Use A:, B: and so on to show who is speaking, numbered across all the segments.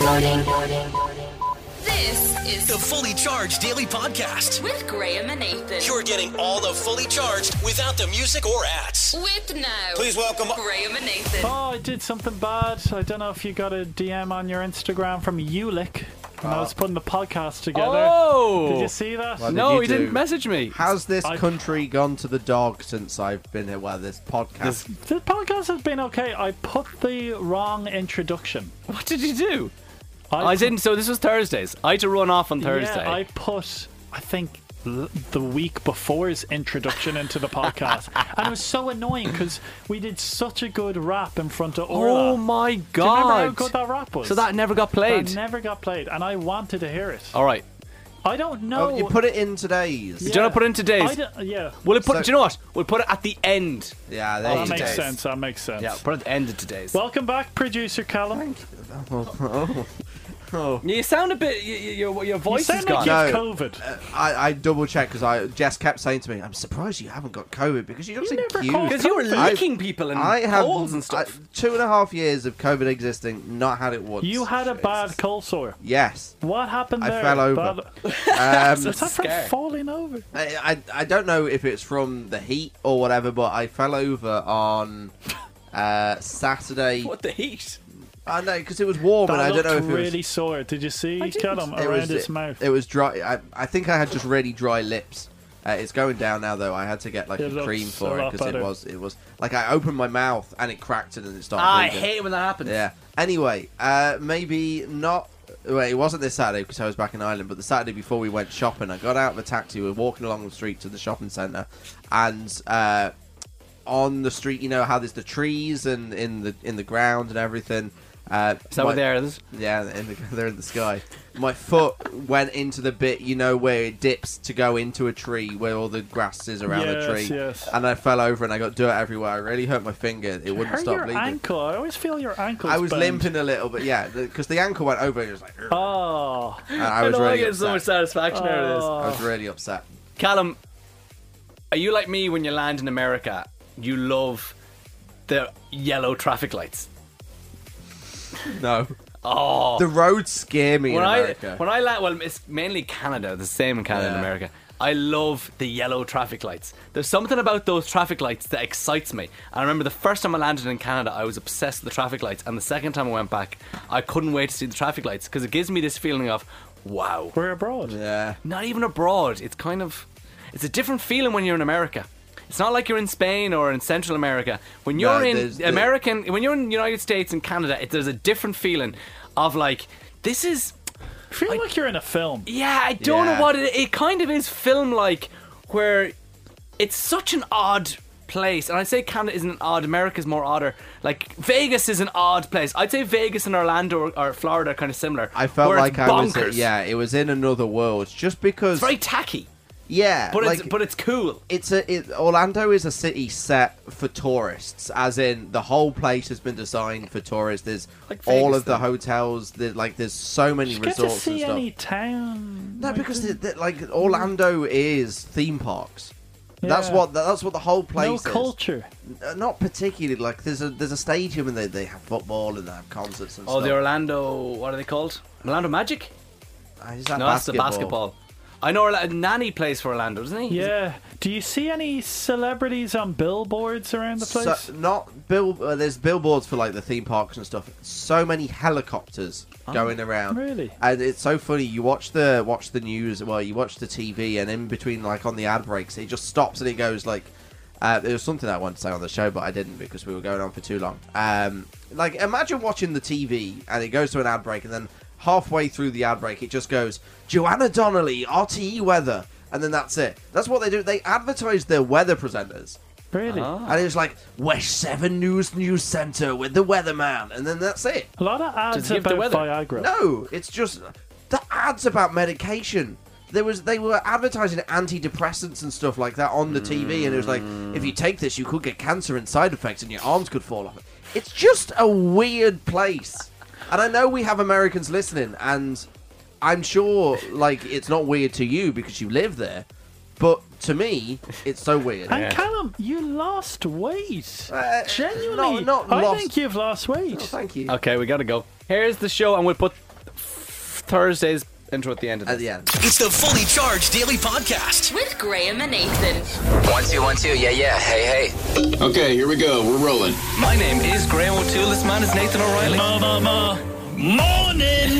A: Morning.
B: This is
C: The Fully Charged Daily Podcast.
B: with Graham and Nathan.
C: You're getting all the Fully Charged without the music or ads.
B: with now.
C: Please welcome.
B: Graham and Nathan.
D: Oh, I did something bad. I don't know if you got a DM on your Instagram from Ulick when I was putting the podcast together.
E: Ah. Oh!
D: Did you see that?
F: What
E: no,
F: did you
E: he didn't
F: do?
E: message me.
F: How's this
D: I-
F: country gone to the dog since I've been here? Well, this podcast.
D: The podcast has been okay. I put the wrong introduction.
E: What did you do?
D: I,
E: I didn't. So this was Thursdays. I had to run off on Thursday.
D: Yeah, I put, I think, l- the week before's introduction into the podcast. and it was so annoying because we did such a good rap in front of Orla.
E: oh my
D: Do you remember how
E: god!
D: good that rap was?
E: so that never got
D: That
E: played. Oh.
D: never got played, and I wanted to hear it.
E: All right.
D: I don't know.
F: Oh, you put it in today's.
E: Do you want to put it in
D: I
E: today's?
D: don't- yeah.
E: We'll it put?
F: So-
E: do you know what? We'll put it at the end.
F: Yeah,
E: Oh,
F: there
D: That
F: you
D: makes
F: go.
D: sense. That makes sense.
E: Yeah, put it at the end of today's.
D: Welcome back, producer Callum.
E: you sound a bit. You, you, your
D: You
E: your voice
D: sound
E: is
D: like
E: gone. Uh,
F: you-
D: you've
F: No.
D: COVID.
F: I, I double checked because I Jess kept saying to me, "I'm surprised you haven't got COVID because you don't seem
D: never
F: cute."
D: caught
E: Because you were
F: I-
E: licking people and
F: I have
E: holes and stuff.
F: I- two and a half years of COVID existing, not had it once.
D: You had a bad cold sore.
F: yes.
D: What happened
F: I
D: there?
F: fell over.
D: Bad-
F: Um,
D: Is that from
E: Scare.
D: falling over?
F: I, I I don't know if it's from the heat or whatever, but I fell over on uh, Saturday.
E: what the heat?
F: I know because it was warm,
D: That
F: and I don't
D: looked
F: know if it was
D: really sore. Did you see
E: didn't.
D: Callum
F: it
D: around
F: was,
D: his
F: it,
D: mouth?
F: It was dry. I, I think I had just really dry lips. Uh, it's going down now though. I had to get like
D: It
F: a cream
D: looks
F: for
D: a
F: it
D: lot
F: because it
D: better.
F: was it was like I opened my mouth and it cracked and then it started.
E: I
F: bleeding.
E: hate it when that happens.
F: Yeah. Anyway, uh, maybe not. Well, it wasn't this Saturday because I was back in Ireland, but the Saturday before we went shopping, I got out of a taxi. We were walking along the street to the shopping centre, and uh, on the street, you know how there's the trees and in the in the ground and everything. Uh,
E: Is that what
F: my-
E: there is?
F: yeah, in the, they're in the sky. My foot went into the bit, you know, where it dips to go into a tree, where all the grass is around
D: Yes,
F: the tree.
D: yes.
F: And I fell over and I got dirt everywhere. I really hurt my finger. It wouldn't
D: Hurt
F: stop
D: your
F: bleeding.
D: ankle. I always feel your ankle.
F: I was limping a little bit, yeah, because the, ankle went over and it was like. "Ugh,"
D: Oh,
F: and I was
E: know I
F: really
E: get
F: upset.
E: so much satisfaction out of this.
F: I was really upset.
E: Callum, are you like me when you land in America? You love the yellow traffic lights.
F: No,
E: Oh,
F: the roads scare me
E: when
F: in
E: I
F: America.
E: when I land, well, it's mainly Canada. The same in Canada and
F: Yeah.
E: America. I love the yellow traffic lights. There's something about those traffic lights that excites me. I remember the first time I landed in Canada, I was obsessed with the traffic lights, and the second time I went back, I couldn't wait to see the traffic lights because it gives me this feeling of, wow,
D: we're abroad.
F: yeah,
E: not even abroad. It's kind of it's a different feeling when you're in America. It's not like you're in Spain or in Central America. When you're
F: there's-
E: in
F: there-
E: American, when you're in the United States and Canada, it, there's a different feeling of like this is
D: I feel like you're in a film.
E: yeah, I don't
F: Yeah.
E: know what it. It kind of is film like, where it's such an odd place. And I'd say Canada isn't odd. America's more odder. Like Vegas is an odd place. I'd say Vegas and Orlando or, or Florida are kind of similar.
F: I felt
E: where it's
F: like I was.
E: bonkers.
F: Yeah, it was in another world. Just because.
E: it's very tacky,
F: yeah,
E: but
F: like,
E: it's but it's cool.
F: it's a it, Orlando is a city set for tourists, as in the whole place has been designed for tourists. There's
E: Like Vegas,
F: all of the
E: though.
F: hotels. There's, like there's so many
D: You get to
F: resorts and
D: see
F: stuff.
D: any town.
F: no,
D: like
F: because
D: this.
F: the, the- like Orlando is theme parks. That's
D: Yeah.
F: what that's what the whole place
D: no
F: is.
D: culture.
F: Uh, Not particularly like there's a there's a stadium and they, they have football and they have concerts and
E: Oh,
F: stuff.
E: the Orlando. What are they called? Orlando Magic?
F: Ah, is that
E: No, that's the basketball. I know Orla- Nanny plays for Orlando, doesn't he?
D: Yeah. Do you see any celebrities on billboards around the place?
F: So, not bill. Uh, there's billboards for like the theme parks and stuff. So many helicopters going around.
D: Oh, really?
F: And it's so funny. You watch the watch the news. Well, you watch the TV, and in between, like on the ad breaks, it just stops and it goes like. Uh, there was something I wanted to say on the show, but I didn't because we were going on for too long. Um, like, imagine watching the TV and it goes to an ad break, and then halfway through the ad break, it just goes Joanna Donnelly RTE weather, and then that's it. That's what they do. They advertise their weather presenters.
D: really?
E: Uh-huh.
F: And it was like West Seven News News Center with the weatherman, and then that's it.
D: A lot of ads
E: Does it give the
D: about
E: weather?
D: Viagra.
F: No, it's just the ads about medication. There was they were advertising antidepressants and stuff like that on the TV, and it was like if you take this, you could get cancer and side effects, and your arms could fall off. It's just a weird place, and I know we have Americans listening, and I'm sure like it's not weird to you because you live there, but to me, it's so weird.
D: And Callum, you lost weight.
F: Uh,
D: Genuinely,
F: no, not
D: I
F: lost.
D: think you've lost weight.
F: Thank you.
E: Okay, we gotta go. Here's the show, and we'll put Thursday's intro at the end of this.
F: at the end.
C: It's the Fully Charged Daily Podcast.
B: With Graham and Nathan.
A: One, two, one, two. Yeah, yeah. Hey, hey.
G: Okay, here we go. We're rolling.
E: My name is Graham O'Toole. This man is Nathan O'Reilly.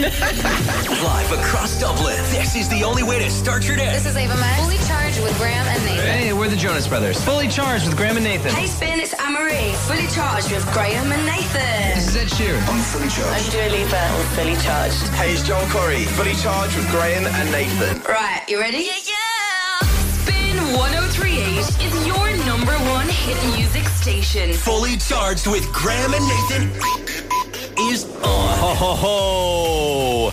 C: Live across Dublin, this is the only way to start your day.
H: This is Ava Max. Fully charged with Graham and Nathan.
A: Hey, we're the Jonas Brothers.
I: Fully charged with Graham and Nathan.
H: Hey, Spin, it's Anne Marie. Fully charged with Graham and Nathan.
A: This is Ed Sheeran.
G: I'm fully charged.
H: Dua Lipa with Fully Charged.
J: Hey, it's Joel Corey, fully charged with Graham and Nathan.
H: Right, you ready?
B: Yeah, yeah. Spin 1038 is your number one hit music station.
C: Fully Charged with Graham and Nathan is on.
E: Ho ho ho!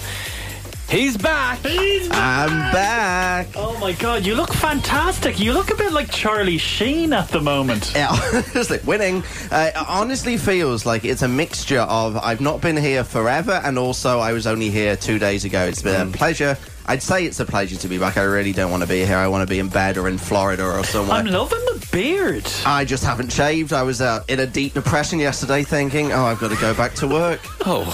E: He's back.
F: I'm back.
D: Oh my god, you look fantastic. You look a bit like Charlie Sheen at the moment.
F: Yeah, honestly, winning. Uh, it honestly feels like it's a mixture of I've not been here forever and also I was only here two days ago. It's been
E: Mm.
F: a pleasure. I'd say it's a pleasure to be back. I really don't want to be here. I want to be in bed or in Florida or somewhere.
D: I'm loving the beard.
F: I just haven't shaved. I was uh, in a deep depression yesterday thinking, oh, I've got to go back to work.
E: Oh,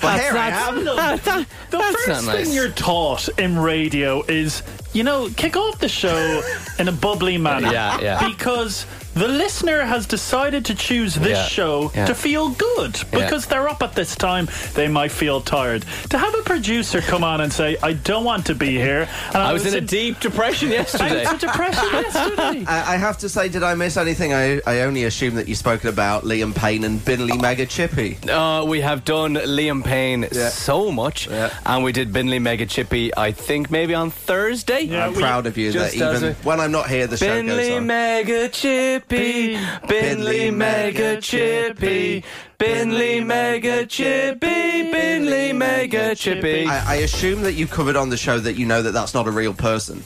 F: but here I
D: That's
F: am.
D: lovely. The
E: that's
D: first
E: not nice.
D: thing you're taught in radio is, you know, kick off the show in a bubbly manner.
E: Yeah, yeah.
D: Because the listener has decided to choose this
E: Yeah,
D: show
E: yeah.
D: to feel good because they're up at this time. They might feel tired. To have a producer come on and say, "I don't want to be here," and
E: I was in a deep depression
D: I
E: yesterday.
D: was in depression yesterday.
F: I I have to say, did I miss anything? I, I only assume that you've spoken about Liam Payne and Binley Mega Chippy.
E: Uh, we have done Liam Payne
F: Yeah.
E: so much,
F: Yeah.
E: and we did Binley Mega Chippy. I think maybe on Thursday.
D: Yeah,
F: I'm
D: we-
F: proud of you that
E: just as
F: even
E: a-
F: when I'm not here, the show goes
E: Binley
F: on.
E: Mega Chippy, Binley Mega Chippy, Binley Mega Chippy, Binley Mega Chippy.
F: I, I assume that you covered on the show that you know that that's not a real person.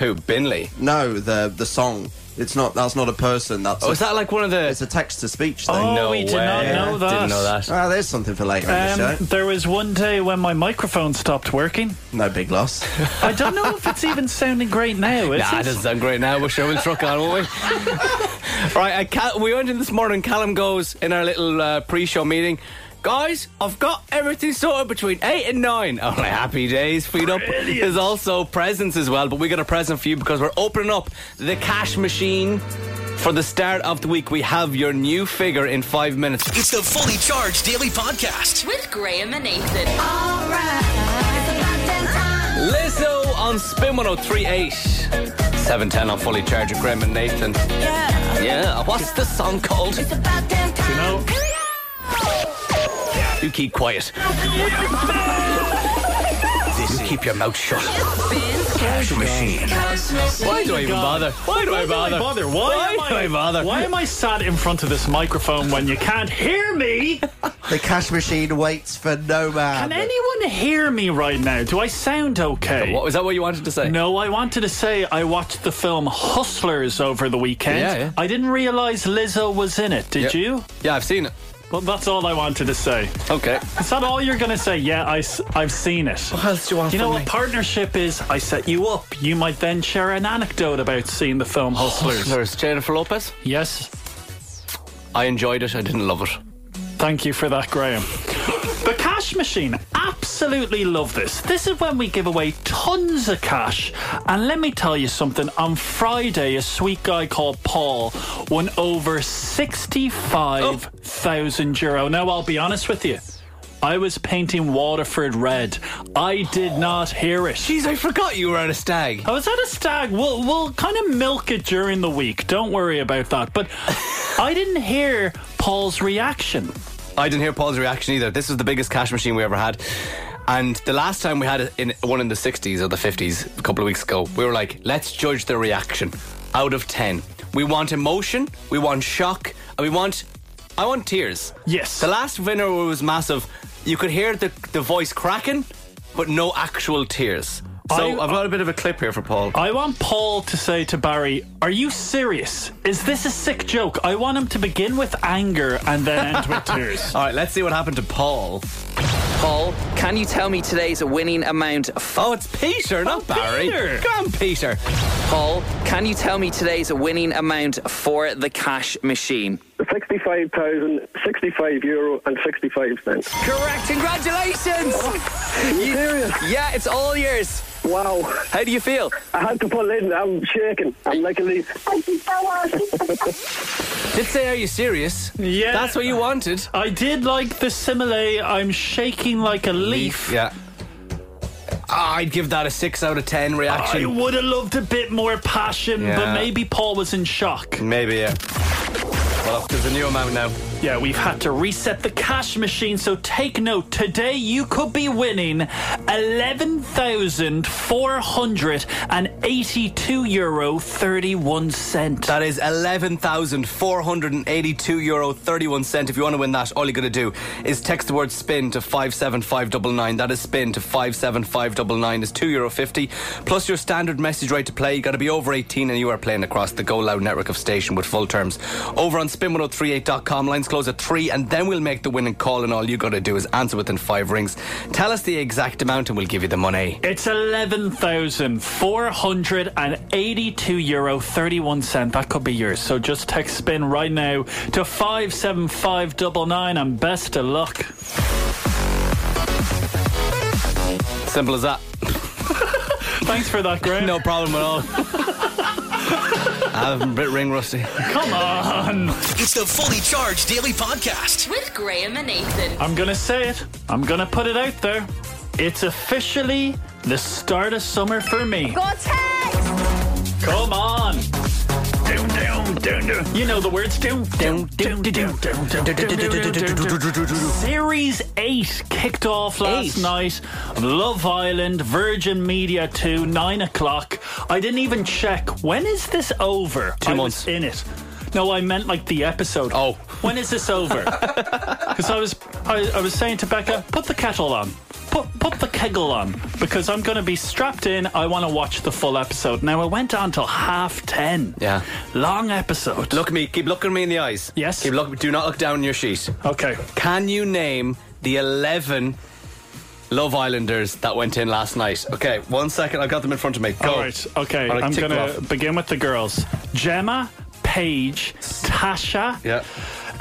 E: Who? Binley?
F: No, the the song. It's not. That's not a person. That's
E: Oh,
F: a,
E: is that like one of
F: it's
E: the?
F: a text to speech thing.
D: Oh,
F: Ah,
E: no
D: we did
E: way.
D: not know that.
E: Didn't know that.
F: there's something for later on the
D: Um,
F: show.
D: there was one day when my microphone stopped working.
F: No big loss.
D: I don't know if it's even sounding great now. Is
E: Nah,
D: it?
E: it doesn't sound great now. We're sure we'll truck on, won't we? right, I can we went in this morning. Callum goes in our little uh, pre-show meeting. Guys, I've got everything sorted between eight and nine. Oh, my happy days. Feed up. There's also presents as well, but we got a present for you because we're opening up the cash machine for the start of the week. We have your new figure in five minutes.
C: It's the Fully Charged Daily Podcast.
B: With Graham and Nathan.
E: Lizzo on Spin 1038. 710 on Fully Charged with Graham and Nathan. Yeah. Yeah. What's the song called?
D: You know,
E: You keep quiet. you keep your mouth shut.
C: Cash machine.
E: Why do I even bother? Why do I bother?
D: Why, am I,
E: do I bother?
D: Why am I sat in front of this microphone when you can't hear me?
F: the cash machine waits for no man.
D: Can anyone hear me right now? Do I sound okay?
E: What was that? What you wanted to say?
D: No, I wanted to say I watched the film Hustlers over the weekend.
E: Yeah, yeah.
D: I didn't realize Lizzo was in it. Did
E: Yeah.
D: you?
E: Yeah, I've seen it.
D: Well, that's all I wanted to say.
E: Okay.
D: Is that all you're going to say? Yeah, I, have seen it.
E: What else do you want?
D: You know what partnership is? I set you up. You might then share an anecdote about seeing the film Hustlers.
E: There's Jennifer Lopez.
D: Yes.
E: I enjoyed it. I didn't love it.
D: Thank you for that, Graham. The cash machine. Absolutely love this. This is when we give away tons of cash. And let me tell you something. On Friday, a sweet guy called Paul won over 65,000 euro. Now, I'll be honest with you. I was painting Waterford red. I did not hear it.
E: Jeez, I forgot you were at a stag.
D: I was at a stag. We'll, we'll kind of milk it during the week. Don't worry about that. But I didn't hear Paul's reaction.
E: I didn't hear Paul's reaction either. This was the biggest cash machine we ever had. And the last time we had it in one in the 60s or the 50s, a couple of weeks ago, we were like, let's judge the reaction out of 10. We want emotion, we want shock, and we want. I want tears.
D: Yes.
E: The last winner was massive. You could hear the, the voice cracking, but no actual tears. So
D: I-
E: I, have got a bit of a clip here for Paul.
D: I want Paul to say to Barry, Are you serious? Is this a sick joke? I want him to begin with anger and then end with tears.
E: All right, let's see what happened to Paul.
A: Paul, can you tell me today's winning amount? F-
E: Oh, it's Peter, not Barry.
D: Peter.
E: Come on, Peter.
A: Paul, can you tell me today's winning amount for the cash machine?
I: 65,065 euro and 65 cents.
A: Correct. Congratulations. You-
I: serious?
A: Yeah, it's all yours.
I: Wow.
A: How do you feel?
I: I had to pull in. I'm shaking. I'm like a leaf.
E: Did say, are you serious?
D: Yeah.
E: That's what you wanted.
D: I did like the simile. I'm shaking like a leaf.
E: Yeah. I'd give that a 6 out of 10
D: I
E: reaction.
D: would have loved a bit more passion,
E: Yeah.
D: but maybe Paul was in shock.
E: Maybe, yeah. Well, there's a new amount now.
D: Yeah, we've had to reset the cash machine, so take note. Today you could be winning €11,482.31.
E: That is €11,482.31. If you want to win that, all you got to do is text the word spin to 57599. That is spin to 57599. It's €2.50. Plus your standard message rate to play. you got to be over 18 and you are playing across the Go Loud network of station with full terms. Over on spin1038.com, lines close at 3 and then we'll make the winning call and all you got to do is answer within five rings. Tell us the exact amount and we'll give you the money.
D: It's eleven thousand four hundred and eighty-two euro thirty-one cent. That could be yours. So just text spin right now to five seven five double nine, and best of luck.
E: Simple as that.
D: Thanks for that, Graham.
E: No problem at all. I'm a bit ring rusty.
D: come on.
C: It's the Fully Charged Daily Podcast.
B: With Graham and Nathan.
D: I'm gonna say it. I'm gonna put it out there. It's officially the start of summer for me. Come on. Doom, doom, doom, doom. You know the words. Doom, doom, doom, doom, doom, doom, doom, doom, doom, doom. Series 8 kicked off last
E: Eight.
D: night. Love Island, Virgin Media 2, 9 o'clock. I didn't even check. When is this over?
E: Two
D: I
E: months.
D: Was in it. No, I meant like the episode.
E: Oh.
D: When is this over? Because I was I, I was saying to Becca, put the kettle on. Put, put the kegel on because I'm going to be strapped in. I want to watch the full episode. Now, I went on till half ten.
E: Yeah.
D: Long episode.
E: Look me, keep looking me in the eyes.
D: Yes.
E: Keep look. Do not look down your sheet.
D: Okay.
E: Can you name the eleven Love Islanders that went in last night? Okay, one second. I've got them in front of me. Go.
D: All right. Okay.
E: All right,
D: I'm
E: tick
D: going
E: them
D: to
E: off.
D: begin with the girls Gemma, Paige, Tasha,
E: Yeah.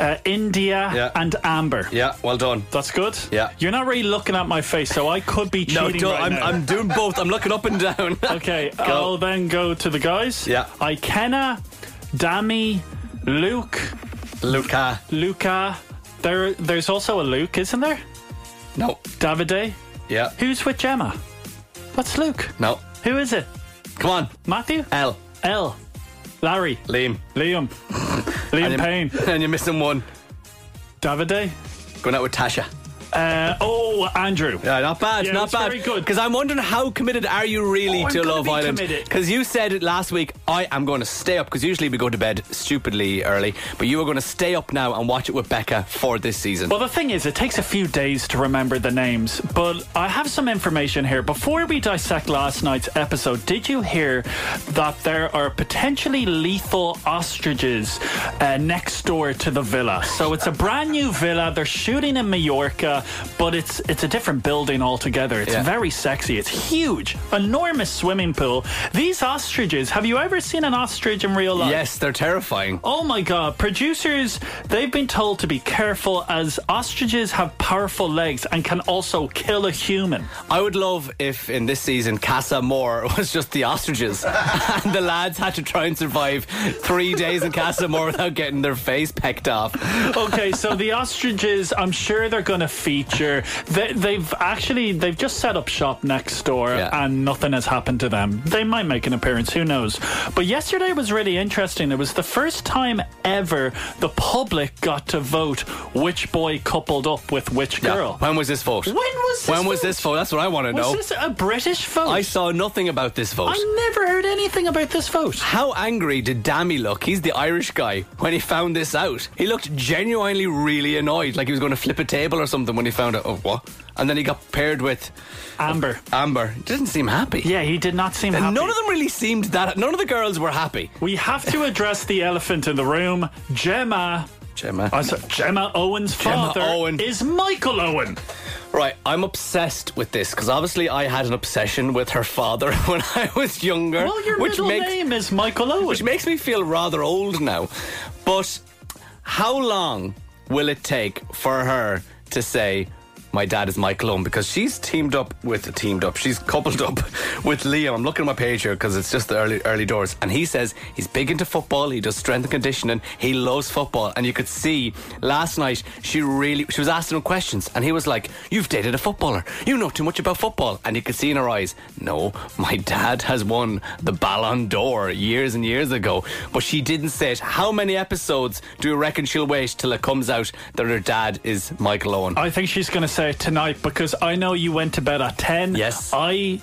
D: uh, India,
E: Yeah.
D: and Amber.
E: Yeah. Well done.
D: That's good.
E: Yeah.
D: You're not really looking at my face, so I could be
E: No,
D: cheating
E: don't.
D: right
E: I'm,
D: now.
E: I'm doing both. I'm looking up and down.
D: Okay,
E: Go.
D: I'll then go to the guys.
E: Yeah.
D: Ikenna, Dami, Luke,
E: Luca.
D: Luca. There, there's also a Luke, isn't there?
E: No.
D: Davide.
E: Yeah.
D: Who's with Gemma? What's Luke?
E: No.
D: Who is it?
E: Come on.
D: Matthew?
E: L.
D: L. Larry.
E: Liam.
D: Liam. Liam
E: And you're-
D: Payne.
E: And you're missing one.
D: Davide.
E: Going out with Tasha.
D: Uh, oh, Andrew.
E: Yeah, not bad,
D: Yeah,
E: not
D: it's
E: bad.
D: very good.
E: Because I'm wondering how committed are you really
D: Oh, I'm
E: to
D: gonna
E: Love
D: be
E: Island?
D: committed.
E: Because you said it last week. I am going to stay up because usually we go to bed stupidly early, but you are going to stay up now and watch it with Becca for this season.
D: Well, the thing is, it takes a few days to remember the names, but I have some information here. Before we dissect last night's episode, did you hear that there are potentially lethal ostriches uh, next door to the villa? So it's a brand new villa. They're shooting in Mallorca, but it's it's a different building altogether. It's
E: Yeah.
D: very sexy. It's huge, enormous swimming pool. These ostriches. Have you ever seen an ostrich in real life?
E: yes, they're terrifying.
D: Oh my god, producers, they've been told to be careful as ostriches have powerful legs and can also kill a human.
E: I would love if in this season Casa Moore was just the ostriches and the lads had to try and survive three days in Casa Moore without getting their face pecked off.
D: Okay, so the ostriches, I'm sure they're going to feature. They, they've actually they've just set up shop next door
E: Yeah.
D: and nothing has happened to them. They might make an appearance, who knows. But yesterday was really interesting. It was the first time ever the public got to vote which boy coupled up with which
E: Yeah.
D: girl.
E: When was this vote?
D: When was this
E: When was
D: vote?
E: this vote? That's what I want to
D: Was
E: know.
D: this a British vote?
E: I saw nothing about this vote.
D: I never heard anything about this vote.
E: How angry did Dammy look? He's the Irish guy. When he found this out, he looked genuinely really annoyed, like he was going to flip a table or something when he found out. Oh, what? And then he got paired with
D: Amber.
E: Amber. Didn't seem happy.
D: Yeah, he did not seem
E: And
D: happy.
E: None of them really seemed that. None of the girls were happy.
D: we have to address the elephant in the room. Gemma.
E: Gemma.
D: I'm sorry, Gemma Owen's
E: Gemma
D: father
E: Owen.
D: is Michael Owen.
E: Right, I'm obsessed with this because obviously I had an obsession with her father when I was younger.
D: Well, your
E: Er, which
D: middle
E: makes,
D: name is Michael Owen.
E: Which makes me feel rather old now. But how long will it take for her to say, my dad is Michael Owen? Because she's teamed up with, teamed up, she's coupled up with Liam. I'm looking at my page here because it's just the early, early doors. And he says he's big into football, he does strength and conditioning, he loves football. And you could see last night she really, she was asking him questions and he was like, You've dated a footballer, you know too much about football. And you could see in her eyes, No, my dad has won the Ballon d'Or years and years ago, but she didn't say it. How many episodes do you reckon she'll wait till it comes out that her dad is Michael Owen?
D: I think she's going to say it tonight because I know you went to bed at 10.
E: Yes.
D: I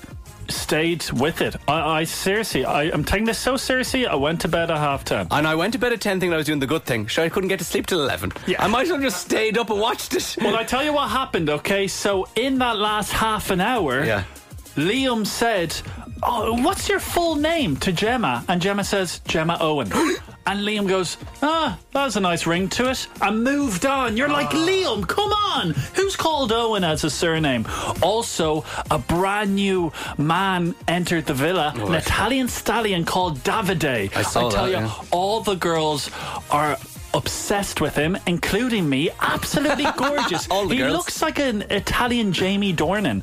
D: stayed with it. I, I seriously, I, I'm taking this so seriously, I went to bed at half 10.
E: and I went to bed at 10 thinking I was doing the good thing. Sure, I couldn't get to sleep till 11.
D: Yeah.
E: I might as well just stayed up and watched it.
D: well, I tell you what happened, okay? So, in that last half an hour,
E: Yeah.
D: Liam said, Oh, what's your full name to Gemma? And Gemma says, Gemma Owen. and Liam goes, Ah, that was a nice ring to it. And moved on. You're like,
E: Ah.
D: Liam, come on. Who's called Owen as a surname? Also, a brand new man entered the villa, an Italian stallion called Davide.
E: Oh, I saw
D: tell
E: that,
D: you,
E: yeah.
D: all the girls are obsessed with him, including me. Absolutely gorgeous.
E: All the
D: he
E: girls.
D: looks like an Italian Jamie Dornan.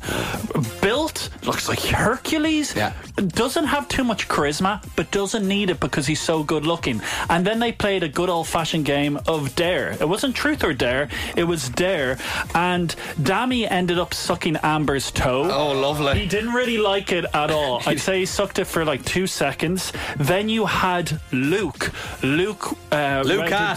D: Built, looks like Hercules.
E: Yeah.
D: Doesn't have too much charisma, but doesn't need it because he's so good looking. And then they played a good old fashioned game of dare. It wasn't truth or dare, it was dare. And Dammy ended up sucking Amber's toe.
E: Oh, lovely.
D: He didn't really like it at all. I'd say he sucked it for like two seconds. Then you had Luke. Luke. Uh,
E: Luca.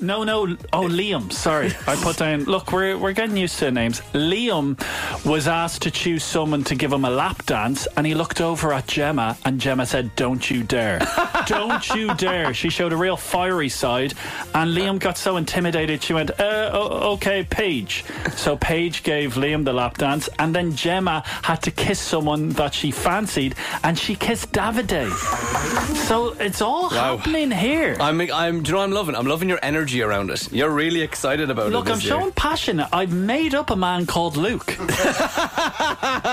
D: no, no. Oh, Liam. Sorry, I put down. Look, we're we're getting used to names. Liam was asked to choose someone to give him a lap dance, and he looked over at Gemma, and Gemma said, "Don't you dare! Don't you dare!" She showed a real fiery side, and Liam got so intimidated. She went, "Uh, o- okay, Paige." So Paige gave Liam the lap dance, and then Gemma had to kiss someone that she fancied, and she kissed Davide. So it's all
E: Wow.
D: happening here.
E: I'm, I'm, do you know what I'm loving? I'm loving your energy around it. You're really excited about
D: Look,
E: it.
D: I'm
E: this year.
D: showing passion. I've made up a man called Luke.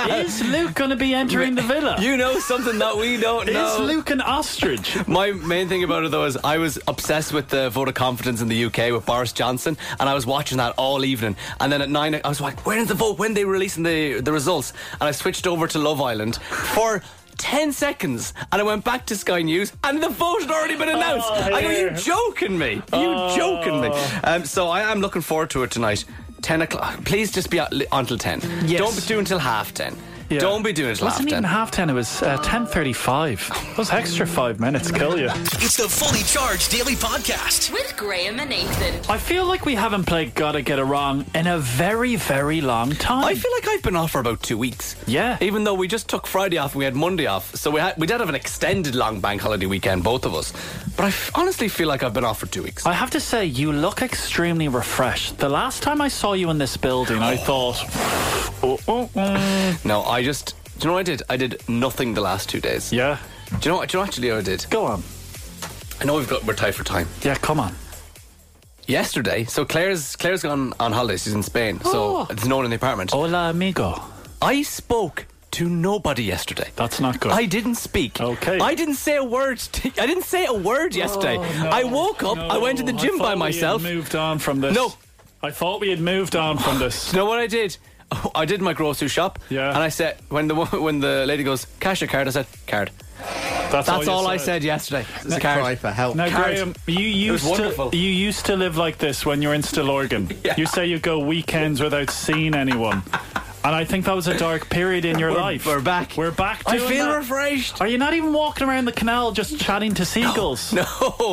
D: Is Luke going to be entering the villa?
E: You know something that we don't know.
D: Is Luke an ostrich?
E: My main thing about it though is I was obsessed with the vote of confidence in the UK with Boris Johnson, and I was watching that all evening. And then at nine, I was like, "When is the vote? When they releasing the the results?" And I switched over to Love Island for. 10 seconds and I went back to Sky News and the vote had already been announced.
D: Oh,
E: I go,
D: here.
E: you joking me? You
D: Oh.
E: joking me? Um, so I am looking forward to it tonight. 10 o'clock. Please just be out li- until 10.
D: Yes.
E: Don't be doing until half 10.
D: Yeah.
E: Don't be doing it till half
D: wasn't
E: 10.
D: even half ten. It was uh, ten thirty-five. Those extra five minutes kill you.
C: It's the Fully Charged Daily Podcast.
B: With Graham and Nathan.
D: I feel like we haven't played "Gotta Get It Wrong" in a very, very long time.
E: I feel like I've been off for about two weeks.
D: Yeah.
E: Even though we just took Friday off and we had Monday off. So we, had, we did have an extended long bank holiday weekend, both of us. But I f- honestly feel like I've been off for two weeks.
D: I have to say, you look extremely refreshed. The last time I saw you in this building, I thought, oh, oh, oh.
E: no, I just. Do you know what I did? I did nothing the last two days.
D: yeah,
E: Do you know what? Do you know actually what I did?
D: go on.
E: I know we've got we're tight for time.
D: Yeah, come on.
E: Yesterday, so Claire's Claire's gone on holiday. She's in Spain,
D: Oh.
E: so it's no one in the apartment.
D: Hola, amigo.
E: I spoke to nobody yesterday.
D: That's not good.
E: I didn't speak.
D: Okay. Oh,
E: I didn't say a word. t- I didn't say a word yesterday. I woke up. Oh, I went to the
D: No,
E: gym
D: thought
E: by
D: we had
E: myself.
D: moved on from this.
E: No.
D: I thought we had moved on from this.
E: Do you know what I did? I did my grocery shop.
D: Yeah.
E: And I said when the wo- when the lady goes cash or card, I said card.
D: That's,
E: That's
D: you
E: all I said yesterday. It's a card.
F: Cry for help. Um,
D: Now,
E: Card.
D: Graham, you used
E: was
D: to
E: wonderful.
D: you used to live like this when you were in Stillorgan.
E: Yeah.
D: You say you go weekends without seeing anyone, and I think that was a dark period in your life.
E: we're back.
D: We're back.
E: I
D: doing
E: feel
D: that.
E: refreshed.
D: Are you not even walking around the canal just chatting to seagulls?
E: No.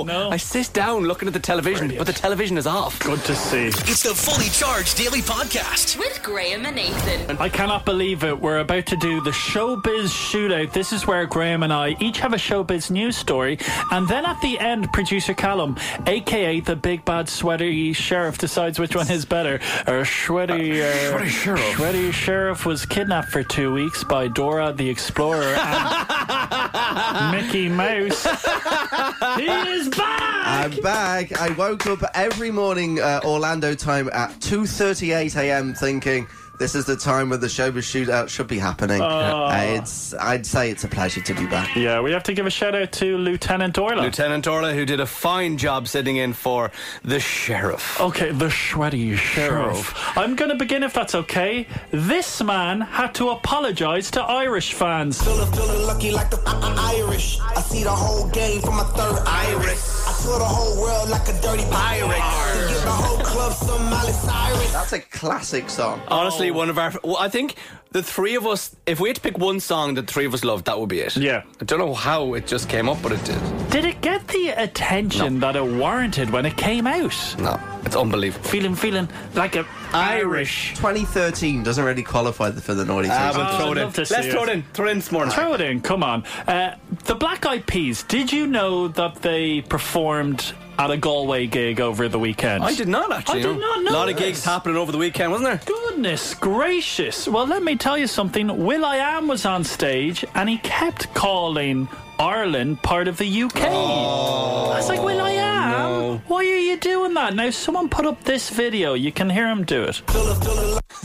D: No.
E: I sit down looking at the television, but the television is off.
D: Good to see.
C: It's the Fully Charged Daily Podcast.
B: With Graham and Nathan.
D: I cannot believe it. We're about to do the showbiz shootout. This is where Graham and I each have a showbiz news story, and then at the end, producer Callum, aka the big bad sweaty sheriff, decides which one is better. Our sweaty, uh, sweaty sheriff. Sweaty sheriff was kidnapped for two weeks by Dora the Explorer and Mickey Mouse. he is back.
F: I'm back. I woke up every morning uh, Orlando time at 2:38 a.m. thinking. This is the time when the showbiz shootout should be happening. Uh, it's, I'd say it's a pleasure to be back.
D: Yeah, we have to give a shout out to Lieutenant Doyle.
E: Lieutenant Orla, who did a fine job sitting in for the sheriff.
D: Okay, the sweaty sheriff. I'm going to begin if that's okay. This man had to apologise to Irish fans.
K: Feeling, feeling lucky like the I- I- Irish. I see the whole game from my third iris. I tour the whole world like a dirty pirate. To give the whole club some Miley Cyrus.
F: That's a classic song.
D: Oh.
E: Honestly, one of our. Well, I think the three of us, if we had to pick one song that the three of us loved, that would be it.
D: Yeah.
E: I don't know how it just came up, but it did.
D: Did it get the attention that it warranted when it came out?
E: No, it's unbelievable.
D: Feeling, feeling like a Irish.
F: 2013 doesn't really qualify for the naughty
E: Ah,
F: things.
E: we'll
D: Oh,
E: throw
D: I'd
E: it in.
D: love to
E: Let's
D: see
E: throw
D: it.
E: it in. Throw it in this morning.
D: Throw it in, come on. Uh, the Black Eyed Peas, did you know that they performed at a Galway gig over the weekend?
E: I did not actually.
D: I did
E: no.
D: not know
E: A lot of
D: this.
E: gigs happening over the weekend, wasn't there?
D: Goodness gracious. Well, let me tell you something. Will I Am was on stage and he kept calling Ireland part of the UK. I was like, Will I Am? Why are you doing that? Now, someone put up this video. You can hear him do it.
K: Feeling, feeling like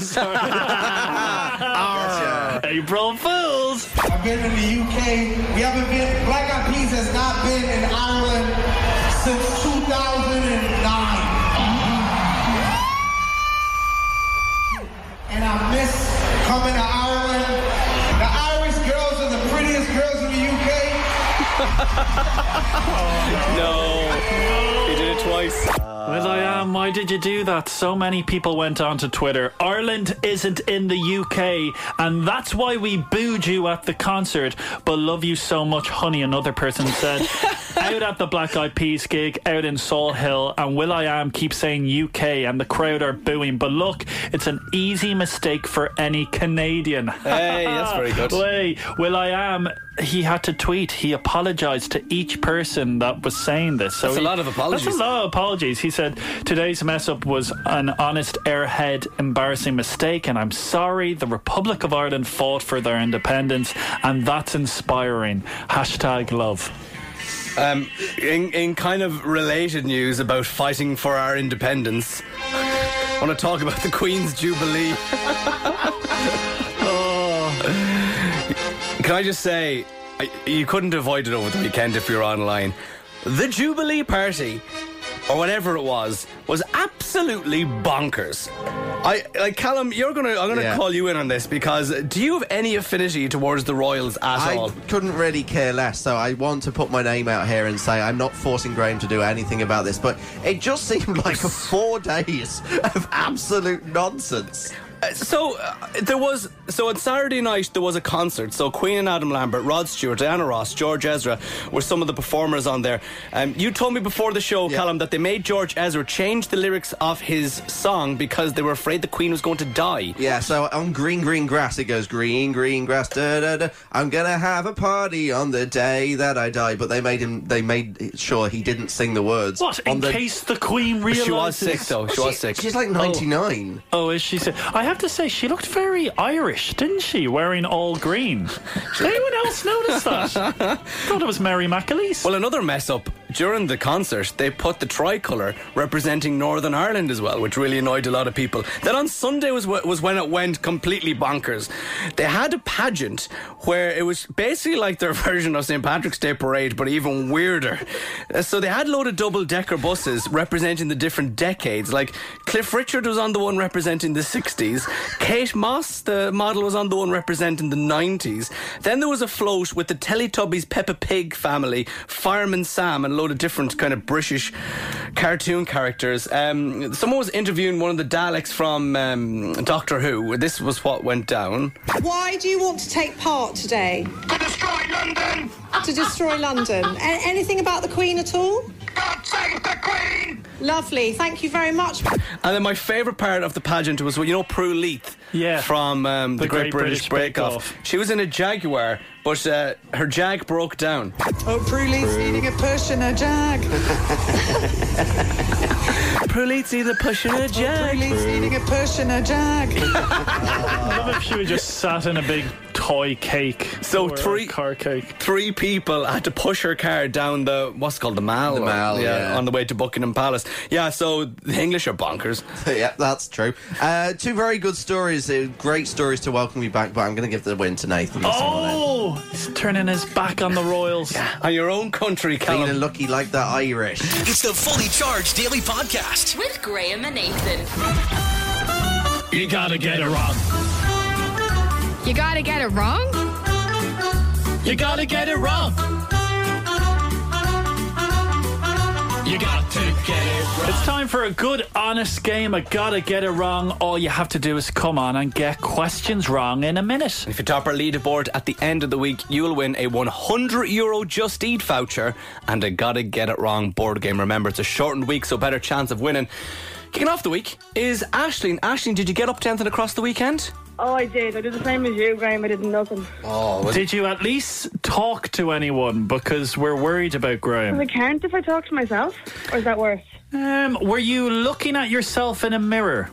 D: April Fools!
K: I've been in the UK. We haven't been. Black Eyed Peas has not been in Ireland since 2009. And I miss coming to Ireland. The Irish girls are the prettiest girls in the UK.
E: No. He did it twice.
D: Will I Am, why did you do that? So many people went onto Twitter. Ireland isn't in the UK, and that's why we booed you at the concert, but love you so much, honey, another person said. out at the Black Eyed Peas gig out in Salt Hill, and Will I Am keeps saying UK, and the crowd are booing. But look, it's an easy mistake for any Canadian.
E: Hey, that's very good.
D: Way, Will I Am, he had to tweet. He apologised to each person that was saying this. So
E: That's a
D: he-
E: lot of apologies.
D: That's a lot of apologies. He said today's mess up was an honest airhead, embarrassing mistake, and I'm sorry. The Republic of Ireland fought for their independence, and that's inspiring. Hashtag love.
E: Um, in, in kind of related news about fighting for our independence, I want to talk about the Queen's Jubilee. Oh. Can I just say, I- you couldn't avoid it over the weekend if you're online. The Jubilee Party, or whatever it was, was absolutely bonkers. I like Callum. You're gonna. I'm gonna
F: Yeah.
E: call you in on this because do you have any affinity towards the Royals at
F: I
E: all?
F: couldn't really care less, so I want to put my name out here and say I'm not forcing Graham to do anything about this, but it just seemed like four days of absolute nonsense.
E: So uh, there was so on Saturday night there was a concert. So Queen and Adam Lambert, Rod Stewart, Diana Ross, George Ezra were some of the performers on there. Um, you told me before the show,
F: Yeah.
E: Callum, that they made George Ezra change the lyrics of his song because they were afraid the Queen was going to die.
F: Yeah, so on green, green grass, it goes green, green grass. Da, da, da. I'm gonna have a party on the day that I die. But they made him. They made sure he didn't sing the words.
D: What
F: on
D: in
F: the,
D: case the Queen realizes?
E: She was sick though. She was sick.
F: She's like 99.
D: Oh, is she? Sick? I have to say, she looked very Irish, didn't she? Wearing all green. Did anyone else notice that? Thought it was Mary McAleese.
E: Well, another mess up during the concert, they put the tricolour representing Northern Ireland as well, which really annoyed a lot of people. Then on Sunday was wh- was when it went completely bonkers. They had a pageant where it was basically like their version of St Patrick's Day parade, but even weirder. Uh, So they had a load of double decker buses representing the different decades. Like Cliff Richard was on the one representing the 60s. Kate Moss, the model, was on the one representing the 90s. Then there was a float with the Teletubbies Peppa Pig family, Fireman Sam, and a load of different kind of British cartoon characters. Um, someone was interviewing one of the Daleks from um, Doctor Who. This was what went down.
L: Why do you want to take part today?
J: To destroy London!
L: To destroy London? A- anything about the Queen at all?
J: God save the Queen!
L: Lovely, thank you very much.
E: And then my favourite part of the pageant was, well, you know, Prue Leith
D: Yeah.
E: from um, the, Great, British, Break Off.
D: Off.
E: She was in a Jaguar, but uh, her Jag broke down.
L: Oh, Pruley's needing a push and a jag.
E: Prue Leith's either pushing a Jag.
L: Pruley's needing a push and a jag.
D: I love if she was just sat in a big Koi cake.
E: So
D: Or a
E: three-
D: car cake.
E: Three people had to push her car down the what's it called the Mall,
D: The
E: or-
D: Mall, yeah.
E: on the way to Buckingham Palace. Yeah, so the English are bonkers.
F: yeah, that's true. Uh, two very good stories, uh, great stories to welcome you back. But I'm going to give the win to Nathan. this morning.
D: Oh, he's turning his back on the Royals.
E: On your own country, Callum.
F: Feeling lucky like the Irish.
C: It's the Fully Charged Daily Podcast.
B: With Graham and Nathan.
D: You gotta get it wrong.
M: You gotta get it wrong?
D: You gotta get it wrong. You got to get it wrong. It's time for a good, honest game. I gotta get it wrong. All you have to do is come on and get questions wrong in a minute.
E: If you top our leaderboard at the end of the week, you'll win a 100 euro Just Eat voucher and a Gotta Get It Wrong board game. Remember, it's a shortened week, so better chance of winning. Kicking off the week is Ashleen. Ashleen, did you get up to anything across the weekend?
N: Oh, I did. I did the same as you, Graham. I did nothing.
E: Oh,
D: Did you at least talk to anyone? Because we're worried about
N: Does
D: Graham.
N: it count if I talk to myself, or is that worse?
D: Um, were you looking at yourself in a mirror?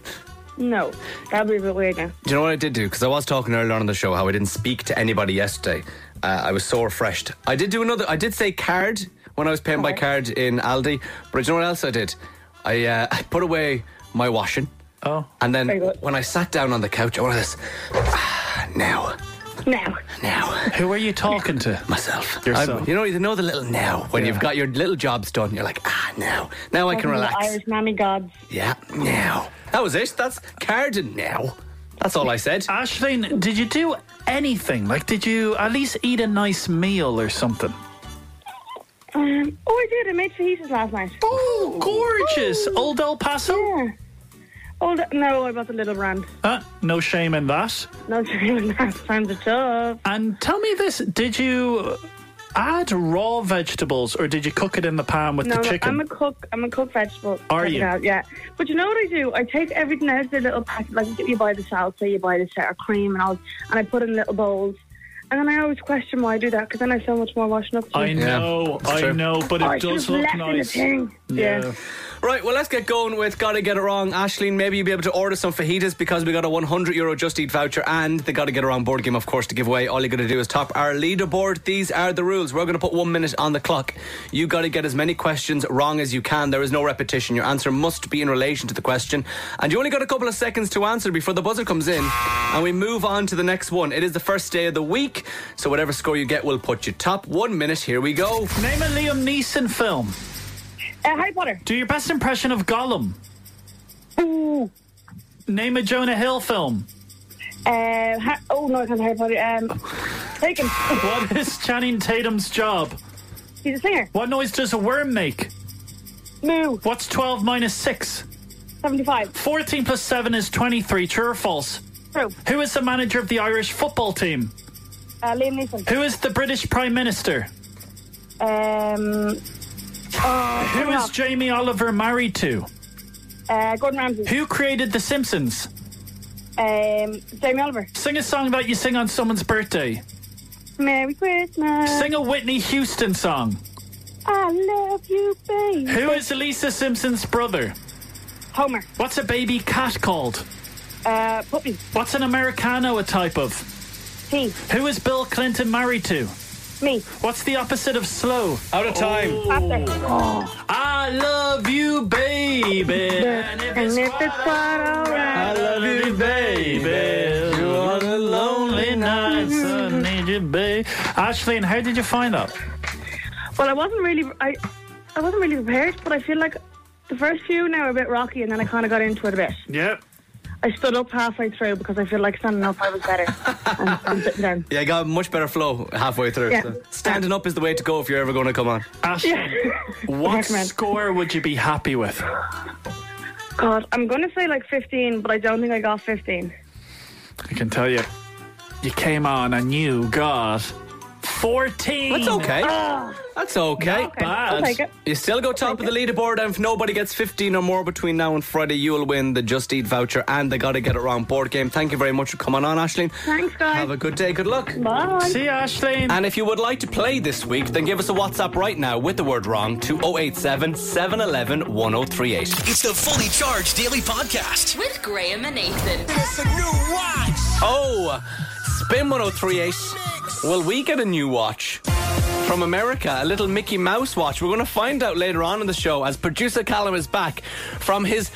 N: No, that'd be a bit weird now.
E: Do you know what I did do? Because I was talking earlier on in the show how I didn't speak to anybody yesterday. Uh, I was so refreshed. I did do another. I did say card when I was paying by card in Aldi. But do you know what else I did? I uh, I put away my washing.
D: Oh.
E: And then when I sat down on the couch, I was this. Ah, now.
N: Now.
E: Now.
D: Who are you talking to?
E: Myself.
D: Yourself.
E: I- you know, you know the little now when you've got your little jobs done. You're like, ah, now, now I can
N: Welcome to the
E: relax.
N: Irish mammy gods.
E: Yeah, now. That was it. That's card and now. That's all I said.
D: Ashleen, did you do anything? Like, did you at least eat a nice meal or something?
N: Um, oh, I did. I made fajitas last night.
D: Oh, gorgeous. Old El Paso?
N: Yeah. Old, no, I bought the little brand.
D: Uh, no shame in that.
N: No, last time's a job.
D: And tell me this did you add raw vegetables or did you cook it in the pan with
N: no,
D: the
N: no,
D: chicken?
N: I'm a cook. I'm a cook vegetable.
D: Are
N: type of
D: you?
N: gal, Yeah. But you know what I do? I take everything out of the little packet. Like you buy the salsa, you buy the sour cream, and all, and I put it in little bowls. And then I always question why I do that because then I have so much more washing up. To
D: I
N: do.
D: know,
E: that's
D: I
E: true.
D: know, but it
N: Oh, I
D: does
N: should've
D: look
N: left in the
D: nice.
N: thing. Yeah.
E: Right, well, let's get going with Gotta Get It Wrong. Ashleen, maybe you'll be able to order some fajitas because we got a 100 euro Just Eat voucher and the Gotta Get It Wrong board game, of course, to give away. All you got to do is top our leaderboard. These are the rules. We're going to put one minute on the clock. You got to get as many questions wrong as you can. There is no repetition. Your answer must be in relation to the question. And you only got a couple of seconds to answer before the buzzer comes in. And we move on to the next one. It is the first day of the week, so whatever score you get will put you top. One minute, here we go.
D: Name a Liam Neeson film.
N: Uh, Harry Potter.
D: Do your best impression of Gollum.
N: Ooh.
D: Name a Jonah Hill film.
N: Uh, ha- oh no, it's not Harry Potter. Um, Taken.
D: What is Channing Tatum's job?
N: He's a singer.
D: What noise does a worm make?
N: Moo.
D: What's 12 minus 6?
N: 75.
D: 14 plus 7 is 23. True or false?
N: True.
D: Who is the manager of the Irish football team?
N: Uh, Liam Neeson.
D: Who is the British Prime Minister?
N: Um. Uh,
D: Who is Jamie Oliver married to?
N: uh, Gordon Ramsay.
D: Who created The Simpsons?
N: Um, Jamie Oliver.
D: Sing a song that you sing on someone's birthday.
N: Merry Christmas.
D: Sing a Whitney Houston song.
N: I love you, baby.
D: Who is Lisa Simpson's brother?
N: Homer.
D: What's a baby cat called?
N: Uh, puppy.
D: What's an Americano a type of?
N: Tea.
D: Who is Bill Clinton married to?
N: Me.
D: What's the opposite of slow?
E: Out of time.
N: Pasta.
D: I love you, baby. And if
N: And
D: it's
N: if it's quite alright.
D: I love you, baby. You're on a lonely night, so I need you, babe. Ashley, and how did you find that?
N: Well, I wasn't really. I, I wasn't really prepared, but I feel like the first few now are a bit rocky, and then I kind of got into it a bit.
D: Yep.
N: I stood up halfway through because I feel like standing up I was better. and, and sitting down.
E: Yeah, I got a much better flow halfway through.
N: Yeah.
E: so. Standing up is the way to go if you're ever going to come on.
D: Ashley, what score would you be happy with?
N: God, I'm gonna say like 15, but I don't think I got 15.
D: I can tell you, you came on and you got 14.
E: That's okay. That's okay.
D: Mm. Ah. Not bad.
N: I'll take it.
E: You still go top of the leaderboard, and if nobody gets 15 or more between now and Friday, you'll win the Just Eat voucher and the Gotta Get It Wrong board game. Thank you very much for coming on, Ashleen.
N: Thanks, guys.
E: Have a good day. Good luck.
N: Bye.
D: See you, Ashley.
E: And if you would like to play this week, then give us a WhatsApp right now with the word wrong to 087 711 1038.
C: It's the Fully Charged Daily Podcast.
B: With Graham and Nathan.
C: It's a new watch.
E: Oh, Spin 1038. Will we get a new watch? From America, a little Mickey Mouse watch. We're going to find out later on in the show as producer Callum is back from his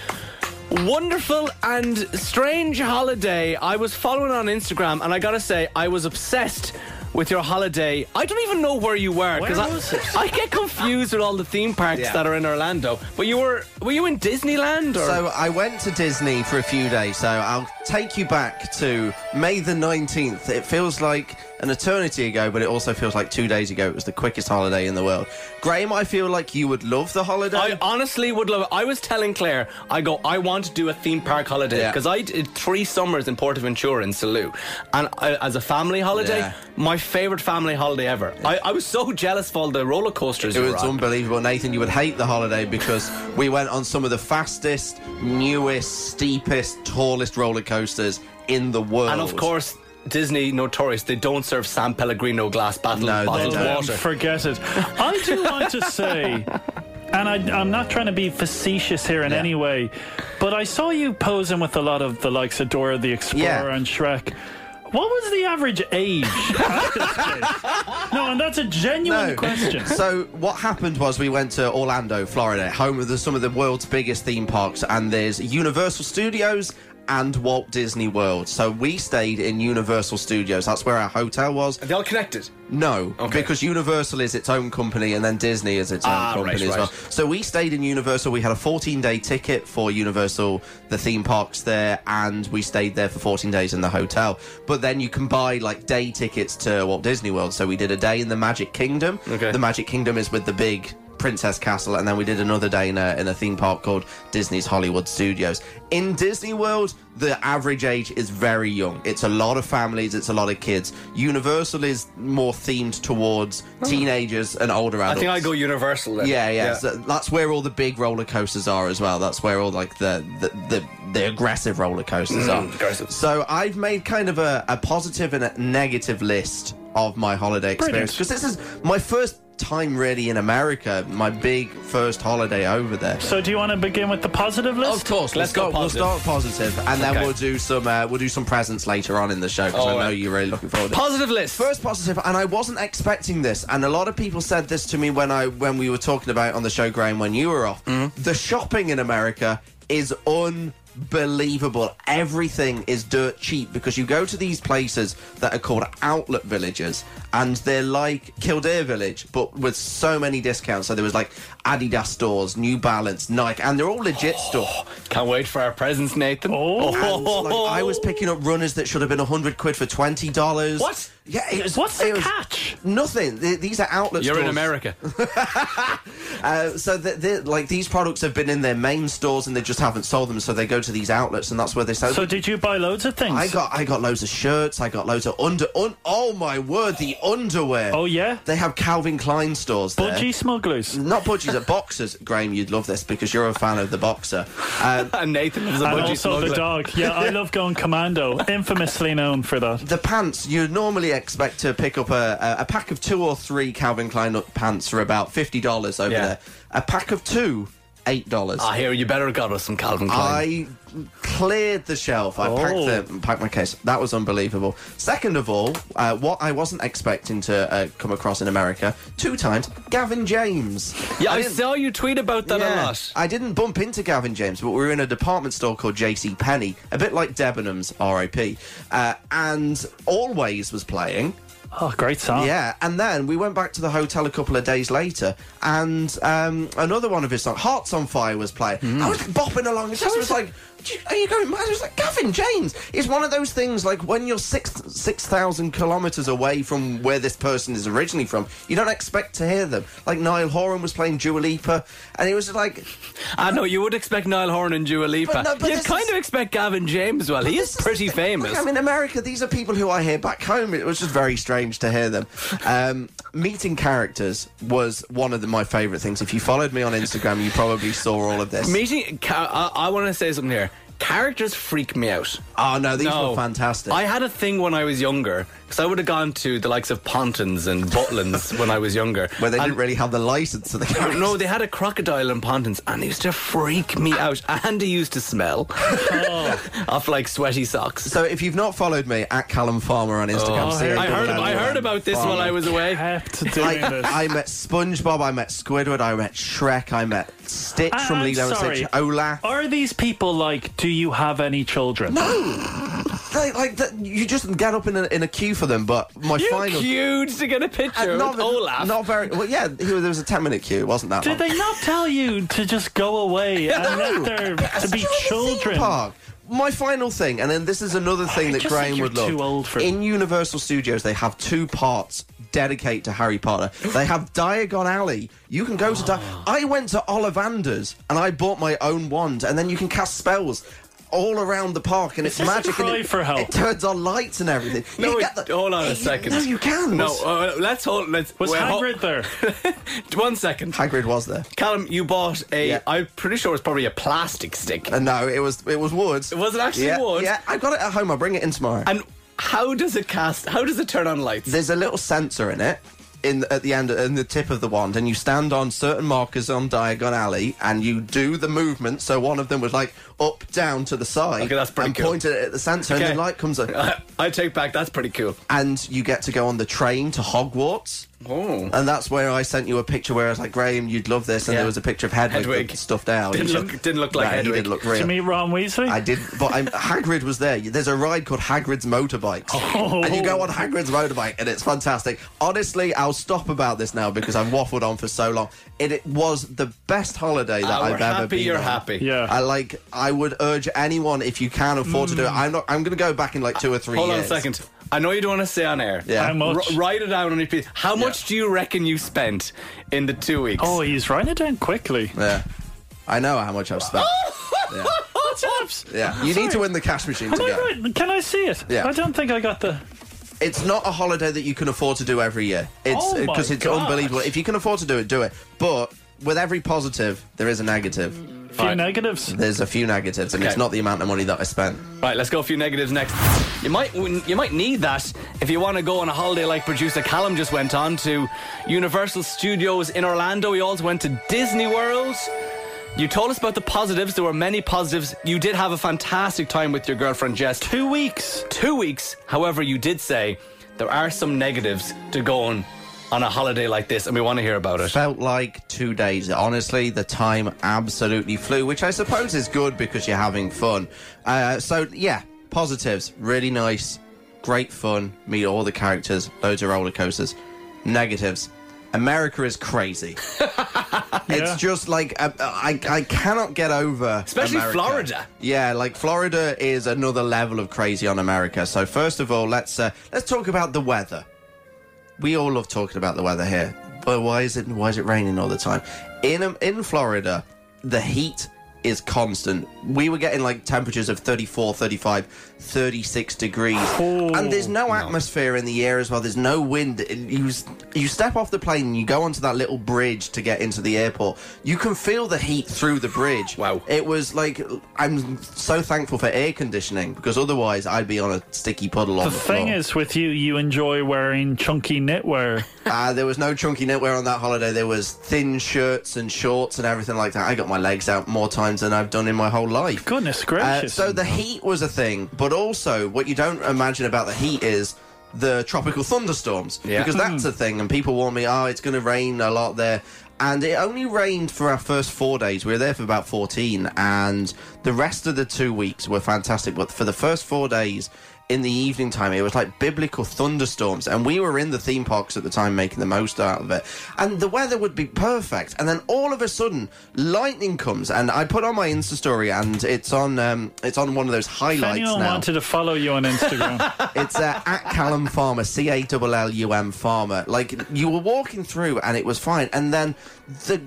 E: wonderful and strange holiday. I was following on Instagram and I got to say, I was obsessed with your holiday. I don't even know where you
D: Where
E: were because
D: was
E: I,
D: it?
E: I get confused with all the theme parks
F: Yeah.
E: that are in Orlando. But you were were you in Disneyland or
F: So I went to Disney for a few days, so I'll take you back to May the 19th. It feels like an eternity ago, but it also feels like two days ago. It was the quickest holiday in the world. Graham, I feel like you would love the holiday.
E: I honestly would love it. I was telling Claire, I go, I want to do a theme park holiday
F: Yeah.
E: because I did three summers in Portaventura in Salou, and I, as a family holiday,
F: Yeah.
E: my favorite family holiday ever. I, I was so jealous of all the roller coasters.
F: It
E: you were
F: was
E: on.
F: unbelievable, Nathan. You would hate the holiday because we went on some of the fastest, newest, steepest, tallest roller coasters in the world.
E: and of course. Disney notorious, they don't serve San Pellegrino glass bottle
F: No, they
E: bottled
F: don't.
E: water.
D: Forget it. I do like to say, and I, I'm not trying to be facetious here in any way, but I saw you posing with a lot of the likes of Dora the Explorer
F: Yeah.
D: and Shrek. What was the average age? at this stage? no, and that's a genuine question.
F: So what happened was we went to Orlando, Florida, home of the, some of the world's biggest theme parks, and there's Universal Studios and Walt Disney World. So we stayed in Universal Studios. That's where our hotel was. Are
E: they all connected?
F: No, because Universal is its own company, and then Disney is its own
E: Ah,
F: company
E: right,
F: as
E: right.
F: well. So we stayed in Universal. We had a 14 day ticket for Universal, the theme parks there, and we stayed there for 14 days in the hotel. But then you can buy like day tickets to Walt Disney World. So we did a day in the Magic Kingdom. Okay. The Magic Kingdom is with the big Princess Castle, and then we did another day in a, in a theme park called Disney's Hollywood Studios. In Disney World, the average age is very young. It's a lot of families, it's a lot of kids. Universal is more themed towards teenagers and older
E: Oh. I
F: adults.
E: think I go Universal then.
F: Yeah, yeah. So that's where all the big roller coasters are as well. That's where all like the the the, the aggressive roller coasters
E: Mm,
F: are. So I've made kind of a, a positive and a negative list of my holiday experience because this is my first time really in America. My big first holiday over there.
D: So do you want to begin with the positive list?
F: Of course, let's, go. We'll start positive, and then
D: Okay.
F: we'll do some uh, we'll do some presents later on in the show because I know you're really looking forward. to it.
E: Positive list.
F: First positive, and I wasn't expecting this, and a lot of people said this to me when I when we were talking about it on the show, Graham, when you were off.
D: Mm-hmm.
F: The shopping in America is unbelievable. Everything is dirt cheap because you go to these places that are called outlet villages, and they're like Kildare Village, but with so many discounts. So there was like Adidas stores, New Balance, Nike, and they're all legit stuff.
E: Can't wait for our presents, Nathan.
D: Oh,
F: And, like, I was picking up runners that should have been hundred quid for twenty dollars.
E: What?
F: Yeah, it was.
D: What's the
F: it was
D: catch?
F: Nothing. Th- These are outlet
E: You're in
F: stores.
E: America.
F: Uh, so th th like these products have been in their main stores and they just haven't sold them, so they go to these outlets and that's where they sell.
D: So did you buy loads of things?
F: I got I got loads of shirts. I got loads of under. Un- oh my word, the underwear.
D: Oh, yeah?
F: they have Calvin Klein stores. there.
D: budgie smugglers.
F: Not budgies, uh, boxers. Graham, you'd love this because you're a fan of the boxer. Um,
E: and Nathan is a
D: And
E: budgie
D: also
E: smuggler.
D: the dog. Yeah, I love going commando. Infamously known for that.
F: the pants you normally expect to pick up a, a, a pack of two or three Calvin Klein pants for about fifty dollars over
E: Yeah.
F: there. A pack of two, eight dollars.
E: I hear you better have got us some Calvin Klein.
F: I cleared the shelf. I
E: Oh.
F: packed, the, packed my case. That was unbelievable. Second of all, uh, what I wasn't expecting to uh, come across in America two times, Gavin James.
E: yeah, I
F: didn't-
E: saw you tweet about that a lot.
F: I didn't bump into Gavin James, but we were in a department store called JC Penney, a bit like Debenhams, R.I.P. Uh, and Always was playing.
D: Oh, great song.
F: Yeah, and then we went back to the hotel a couple of days later, and um, another one of his songs, "Hearts on Fire," was playing. I was bopping along, and just was like, "Do you- "Are you going mad?" I was like, "Gavin James." It's one of those things like when you're six six thousand kilometers away from where this person is originally from, you don't expect to hear them. Like Niall Horan was playing Dua Lipa, and it was like,
E: I know you would expect Niall Horan and Dua Lipa.
F: But no, but
E: You'd
F: this
E: kind
F: is-
E: of expect Gavin James. Well, he is pretty famous.
F: Look, I'm in America. These are people who I hear back home. It was just very strange to hear them. Um, meeting characters was one of the, my favourite things. If you followed me on Instagram, you probably saw all of this.
E: Meeting. Ca- I, I want to say something here. Characters freak me out.
F: Oh no, these were fantastic.
E: I had a thing when I was younger because I would have gone to the likes of Pontins and Butlins when I was younger,
F: where they
E: And-
F: didn't really have the license to the characters.
E: No, they had a crocodile in Pontins, and it used to freak me out. And he used to smell off like sweaty socks.
F: So if you've not followed me at Callum Farmer on Instagram,
E: Oh,
F: see
E: I heard ab- I heard about this while I was away.
D: Kept
E: doing
F: I,
E: this.
F: I met SpongeBob, I met Squidward, I met Shrek, I met Stitch
D: I-
E: Ah,
F: from
D: I'm
F: Lilo and
D: sorry.
F: Stitch, Olaf.
E: Oh.
D: Are these people like, do you have any children?
F: No, They- like that, you just get up in a, in a queue for them. But my
D: You
F: final
E: queued to get a picture
F: Uh, not,
D: with Olaf.
F: Not very well. Yeah, he was- there was a ten minute queue. It wasn't that?
D: Did
F: long.
D: they not tell you to just go away and let there to be children?
F: Park. My final thing, and then this is another thing that
D: just think
F: Graham
D: you're
F: would love.
D: too old for-
F: In Universal Studios, they have two parts dedicated to Harry Potter. They have Diagon Alley. You can go to. Di- I went to Ollivander's and I bought my own wand, and then you can cast spells. All around the park, and
E: Is
F: it's
E: this a
F: magic. and
E: cry
F: it,
E: for help?
F: it turns on lights and everything.
E: No,
F: You
E: wait,
F: get the-
E: hold on a second.
F: No, you can.
E: No, uh, let's hold. Let's.
F: Was
E: Hagrid
F: oh,
E: there? One second.
F: Hagrid was there.
E: Callum, you bought a. am pretty sure it's probably a plastic stick.
F: Uh, no, it was it was wood. It
E: wasn't actually
F: yeah,
E: wood.
F: Yeah, I've got it at home. I'll bring it in tomorrow.
E: And how does it cast? How does it turn on lights?
F: There's a little sensor in it. In, at the end, in the tip of the wand, and you stand on certain markers on Diagon Alley, and you do the movement. So one of them was like up, down, to the side,
E: Okay, that's pretty
F: and
E: cool.
F: pointed it at the sensor,
E: Okay.
F: and the light comes
E: I,
F: up,
E: I take back. That's pretty cool.
F: and you get to go on the train to Hogwarts.
E: Oh,
F: and that's where I sent you a picture where I was like, Graham, you'd love this, and
E: Yeah.
F: there was a picture of Hedwig,
E: Hedwig.
F: stuffed out.
E: Didn't
F: You
E: look-
F: said-
E: didn't look like
F: Nah,
E: Hedwig.
F: He did look
E: Did you
F: real.
D: meet Ron Weasley?
F: I did, but I'm, Hagrid was there. There's a ride called Hagrid's Motorbikes,
D: Oh.
F: and you go on Hagrid's motorbike, and it's fantastic. Honestly, I'll stop about this now because I've waffled on for so long. It, it was the best holiday that
E: Ah,
F: I've
E: we're
F: ever
E: happy
F: been.
E: you're
F: on.
E: happy. Yeah.
F: I like. I would urge anyone if you can afford to do it.
E: Mm.
F: I'm not. I'm going to go back in like two or three.
E: Hold
F: years.
E: on a second. I know you don't want to say on air.
F: Yeah. How much?
E: R- write it down on your piece. How much do you reckon you spent in the two weeks?
D: Oh, he's writing it down quickly.
F: Yeah. I know how much I've spent. yeah. Yeah. You need to win the cash machine
D: Am
F: to
D: I
F: go.
D: right? Can I see it?
F: Yeah.
D: I don't think I got the.
F: It's not a holiday that you can afford to do every year. It's
D: Oh my
F: because it's
D: gosh.
F: unbelievable. If you can afford to do it, do it. But with every positive, there is a negative.
D: Few negatives.
F: There's a few negatives, and it's
E: Okay.
F: not the amount of money that I spent.
E: Right, let's go a few negatives next. You might you might need that if you want to go on a holiday like producer Callum just went on to Universal Studios in Orlando. He also went to Disney World. You told us about the positives. There were many positives. You did have a fantastic time with your girlfriend Jess.
D: Two weeks.
E: Two weeks. However, you did say there are some negatives to going on a holiday like this, and we want to hear about it.
F: Felt like two days. Honestly, the time absolutely flew, which I suppose is good because you're having fun. Uh, so, yeah, positives. Really nice. Great fun. Meet all the characters. Loads of roller coasters. Negatives. America is crazy. It's just like uh, I, I cannot get over.
E: Especially
F: America.
E: Florida.
F: Yeah, like Florida is another level of crazy on America. So first of all, let's uh, let's talk about the weather. We all love talking about the weather here, but why is it why is it raining all the time? In um, in Florida, the heat is constant. We were getting like temperatures of 34, 35, 36 degrees. And there's no atmosphere in the air as well. There's no wind. You s- you step off the plane and you go onto that little bridge to get into the airport. You can feel the heat through the bridge. Wow. It was like I'm so thankful for air conditioning because otherwise I'd be on a sticky puddle on
D: The
F: the floor.
D: thing is, with you, you enjoy wearing chunky knitwear.
F: Uh, there was no chunky knitwear on that holiday. There was thin shirts and shorts and everything like that. I got my legs out more times than I've done in my whole life.
D: Goodness
F: Uh,
D: gracious.
F: so the heat was a thing, but also what you don't imagine about the heat is the tropical thunderstorms
E: Yeah.
F: because that's
E: Hmm.
F: a thing. And people warn me, oh, it's going to rain a lot there. And it only rained for our first four days. We were there for about 14, and the rest of the two weeks were fantastic. But for the first four days in the evening time, it was like biblical thunderstorms. And we were in the theme parks at the time making the most out of it. And the weather would be perfect. And then all of a sudden, lightning comes. And I put on my Insta story, and it's on um, it's on one of those
D: if
F: highlights
D: anyone
F: now
D: wanted to follow you on Instagram,
F: it's uh, at Callum Farmer, C A L L U M Farmer. Like you were walking through and it was fine, and then the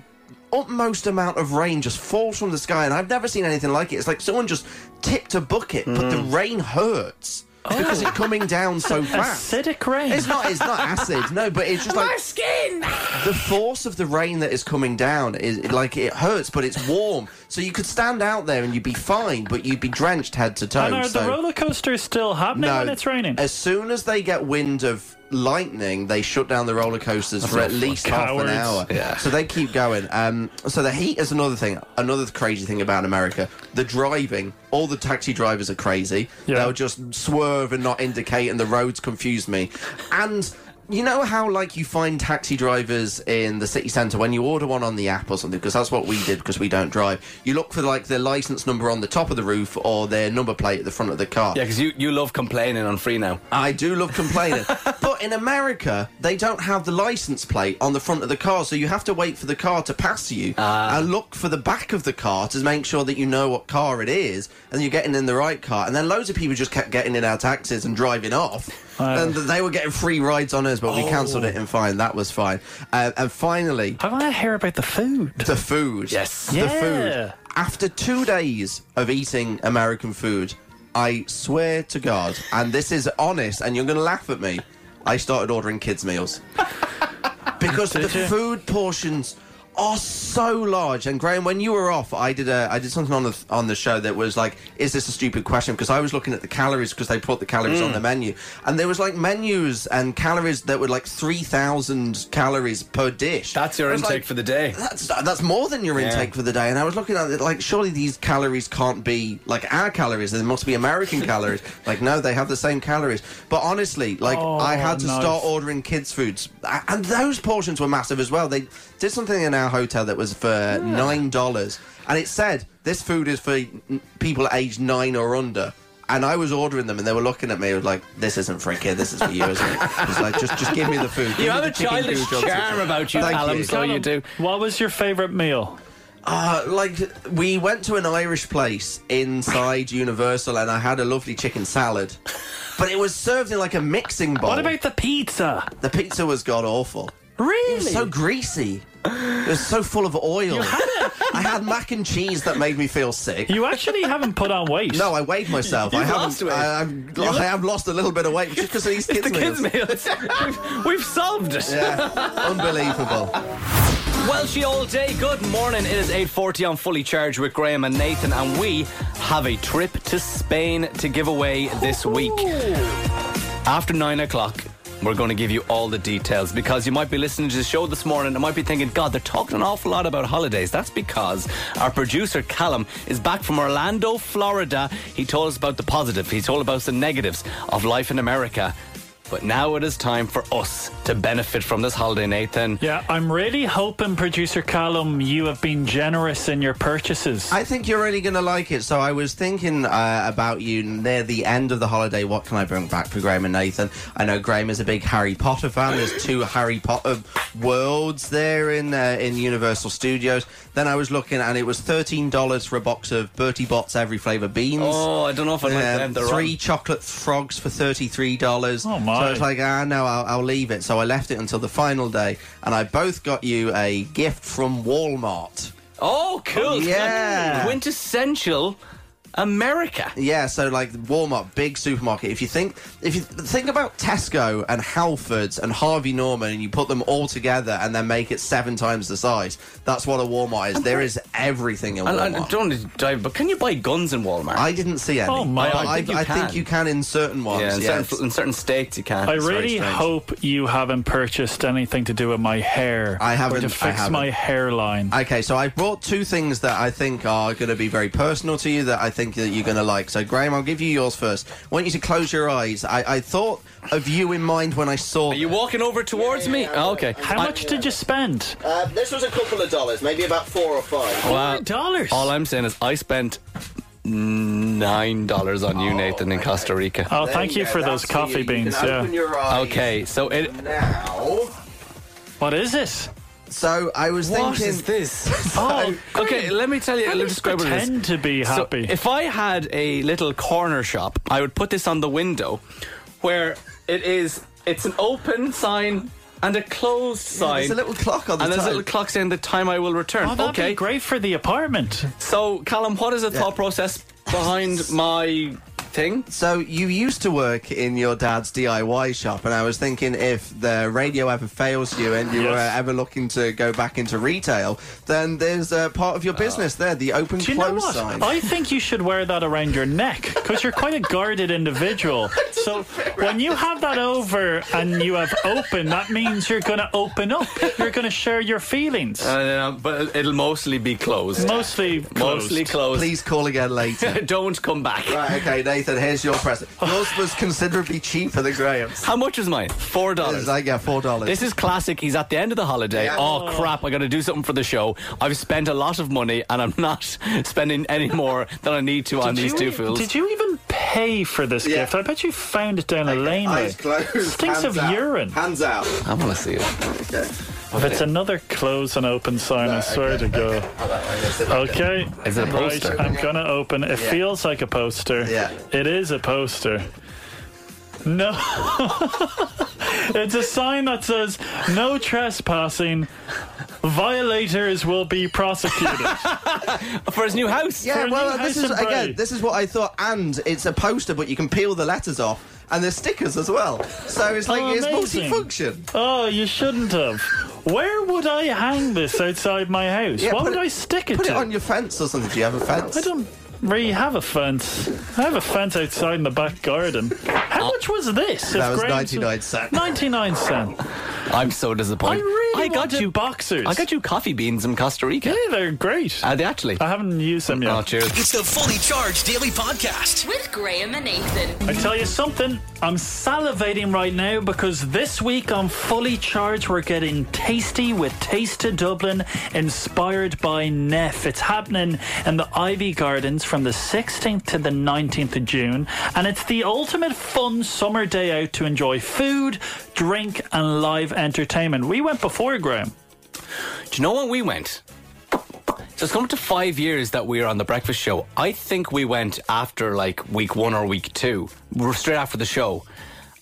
F: utmost amount of rain just falls from the sky, and I've never seen anything like it. It's like someone just tipped a bucket, but the
D: Hmm.
F: rain hurts. Because
D: Oh.
F: it's coming down so fast.
D: Acidic rain.
F: It's not. It's not acid. No, but it's just like
E: skin.
F: the force of the rain that is coming down is like it hurts, but it's warm. So you could stand out there and you'd be fine, but you'd be drenched head to toe.
D: and are
F: so
D: the roller coasters still happening when it's raining?
F: As soon as they get wind of lightning, they shut down the roller coasters
D: That's
F: for at
D: awful.
F: least half an
D: Cowards.
F: hour.
D: Yeah.
F: So they keep going. Um, so the heat is another thing. Another crazy thing about America: the driving. All the taxi drivers are crazy. They'll just swerve and not indicate, and the roads confuse me. And you know how like you find taxi drivers in the city centre when you order one on the app or something because that's what we did because we don't drive. You look for like their license number on the top of the roof or their number plate at the front of the car.
E: Yeah, because you, you love complaining on free now.
F: I do love complaining. but in America, they don't have the license plate on the front of the car, so you have to wait for the car to pass you and look for the back of the car to make sure that you know what car it is, and you're getting in the right car. And then loads of people just kept getting in our taxis and driving off. And they were getting free rides on us, but we cancelled it in fine. That was fine. Uh, and finally,
D: I want to hear about the food.
F: The food.
E: Yes.
F: The
D: Yeah.
F: food. After two days of eating American food, I swear to God, and this is honest, and you're going to laugh at me, I started ordering kids' meals. because the food portions are so large. And Graham, when you were off, I did a I did something on the on the show that was like, is this a stupid question? Because I was looking at the calories because they put the calories
O: Mm.
F: on the menu, and there was like menus and calories that were like three thousand calories per dish. That's
E: your intake for the day.
F: That's that's more than your
E: Yeah.
F: intake for the day. And I was looking at it like, surely these calories can't be like our calories. They must be American calories. Like, no, they have the same calories. But honestly, like
E: Oh,
F: I had to
D: nice.
F: start ordering kids' foods, A- and those portions were massive as well. They did something in our hotel that was for nine dollars, and it said this food is for n- people aged nine or under. And I was ordering them, and they were looking at me like, "This isn't for a kid. This is for you." Isn't it? It's like, just, just give me the food. Give me
E: You have
F: the
E: a
F: chicken
E: childish
F: noodles.
E: charm about you,
F: Thank
E: Callum, so you do.
D: What was your favourite meal?
F: Uh, like we went to an Irish place inside Universal, and I had a lovely chicken salad, but it was served in like a mixing bowl. What about
D: the pizza?
F: The pizza was god awful.
D: Really?
F: It was so greasy. It was so full of oil. I had mac and cheese that made me feel sick.
D: You actually haven't put on weight.
F: No, I weighed myself.
D: You've
F: I haven't.
D: lost weight.
F: I, I've,
D: You
F: I
D: look-
F: have lost a little bit of weight just because of these kids' meals.
E: meals. We've solved it.
F: Yeah, unbelievable.
E: Welshie all day. Good morning. It is 8:40 on Fully Charged with Graham and Nathan, and we have a trip to Spain to give away this week. After nine o'clock, we're going to give you all the details because you might be listening to the show this morning and might be thinking, God, they're talking an awful lot about holidays. That's because our producer Callum is back from Orlando, Florida. He told us about the positive. He told about the negatives of life in America. But now it is time for us to benefit from this holiday, Nathan.
D: Yeah, I'm really hoping, producer Callum, you have been generous in your purchases.
F: I think you're really going to like it. So I was thinking uh, about you near the end of the holiday. What can I bring back for Graham and Nathan? I know Graham is a big Harry Potter fan. There's two Harry Potter worlds there in uh, in Universal Studios. Then I was looking, and it was thirteen dollars for a box of Bertie Bott's every flavour beans. Um,
E: Oh, I don't know if I'd like them. They're
F: uh, three
E: rotten.
F: chocolate frogs for thirty-three dollars. Oh
D: my.
F: So it's like, ah, no, I'll, I'll leave it. So I left it until the final day, and I both got you a gift from Walmart.
E: Oh, cool.
F: Yeah.
E: Quintessential America.
F: Yeah, so like Walmart, big supermarket. If you think if you think about Tesco and Halfords and Harvey Norman and you put them all together and then make it seven times the size, that's what a Walmart is. There is everything in
E: And I,
F: Walmart.
E: don't want to dive, but can you buy guns in Walmart?
F: I didn't see any.
E: Oh my!
F: But
E: I, think, you
F: I
E: can.
F: think you can in certain ones.
E: Yeah, in,
F: yes.
E: certain, in certain states you can.
D: I
E: It's very
D: really
E: strange.
D: hope you haven't purchased anything to do with my hair.
F: I
D: Or
F: haven't.
D: to
F: I
D: fix
F: haven't.
D: my hairline.
F: Okay, so I brought two things that I think are going to be very personal to you that I think that you're going to like. So, Graham, I'll give you yours first. I want you to close your eyes. I, I thought of you in mind when I saw. Are you
E: walking over towards me? Oh, okay.
D: How much did you spend?
F: Uh, this was a couple of dollars, maybe about four or five.
E: Well,
D: dollars.
E: All I'm saying is I spent nine dollars on
F: Oh
E: you, Nathan, in Costa Rica.
D: Oh, There thank you you go. for those That's coffee you. You can beans, yeah. open your eyes
E: Okay, so it.
F: Now.
D: What is this?
F: So I was
E: What
F: thinking.
E: is this? Oh, okay. Let me tell you. Let me describe what it is.
D: pretend to be
E: So,
D: happy.
E: if I had a little corner shop, I would put this on the window, where it is. It's an open sign and a closed sign.
F: there's a little clock on the
E: and there's a
F: time.
E: little clock saying the time I will return.
D: Oh, that'd be
E: okay,
D: great for the apartment.
E: So, Callum, what is the
D: Yeah.
E: thought process behind my thing.
O: So you used to work in your dad's DIY shop, and I was thinking if the radio ever fails you and you
D: Yes.
O: were ever looking to go back into retail, then there's a part of your business there, the open
D: Do you know
O: close
D: what?
O: sign.
D: I think you should wear that around your neck because you're quite a guarded individual. So when you have that over and you have open, that means you're going to open up. You're going to share your feelings.
E: Uh, but it'll mostly be closed.
D: Mostly closed.
E: Mostly closed.
O: Please call again later.
E: Don't come back.
O: Right, okay, Nathan, here's your present. Yours was considerably cheaper than Graham's.
E: How much was mine? Four dollars.
O: I get four dollars.
E: This is classic. He's at the end of the holiday.
O: Yeah.
E: Oh, crap! I got to do something for the show. I've spent a lot of money, and I'm not spending any more than I need to on
D: Did
E: these
D: you
E: two
D: e-
E: fools.
D: Did you even pay for this gift? I bet you found it down a lane.
E: eyes
D: there.
E: closed,
D: Stinks
E: hands
D: of
E: out.
D: urine.
O: Hands out.
E: I want to see it.
D: If it's another close and open sign, I swear to God. Okay.
E: Is it a poster?
D: Right, I'm going to open. It
E: Yeah.
D: feels like a poster.
E: Yeah.
D: It is a poster. No. it's a sign that says no trespassing. Violators will be prosecuted.
E: For his new house.
O: Yeah, well, this is again. This is what I thought, and it's a poster, but you can peel the letters off, and there's stickers as well. So it's like
D: Oh,
O: it's
D: amazing.
O: multifunction.
D: Oh, you shouldn't have. Where would I hang this outside my house?
O: Yeah,
D: What
O: put
D: would
O: it-
D: I stick it
O: put it
D: to?
O: on your fence or something. Do you have a fence?
D: I don't really have a fence. I have a fence outside in the back garden. How much was this?
O: That
D: if
O: was
D: Graham's-
O: 99 cent.
D: 99 cent.
E: I'm so disappointed.
D: I really
E: got
D: wanted
E: you
D: boxers.
E: I got Uh, you coffee beans from Costa Rica.
D: Yeah, Uh, they're great.
E: Are they actually?
D: I haven't used them yet.
E: Oh, cheers.
C: It's the Fully Charged Daily Podcast.
B: With Graham and Nathan.
D: I tell you something, I'm salivating right now because this week on Fully Charged, we're getting tasty with Taste to Dublin, inspired by Neff. It's happening in the Ivy Gardens from the 16th to the 19th of June, and it's the ultimate fun summer day out to enjoy food, drink, and live entertainment. We went before, Graham.
E: Do you know when we went? So it's come to five years that we were on the breakfast show. I think we went after like week one or week two. We were straight after the show.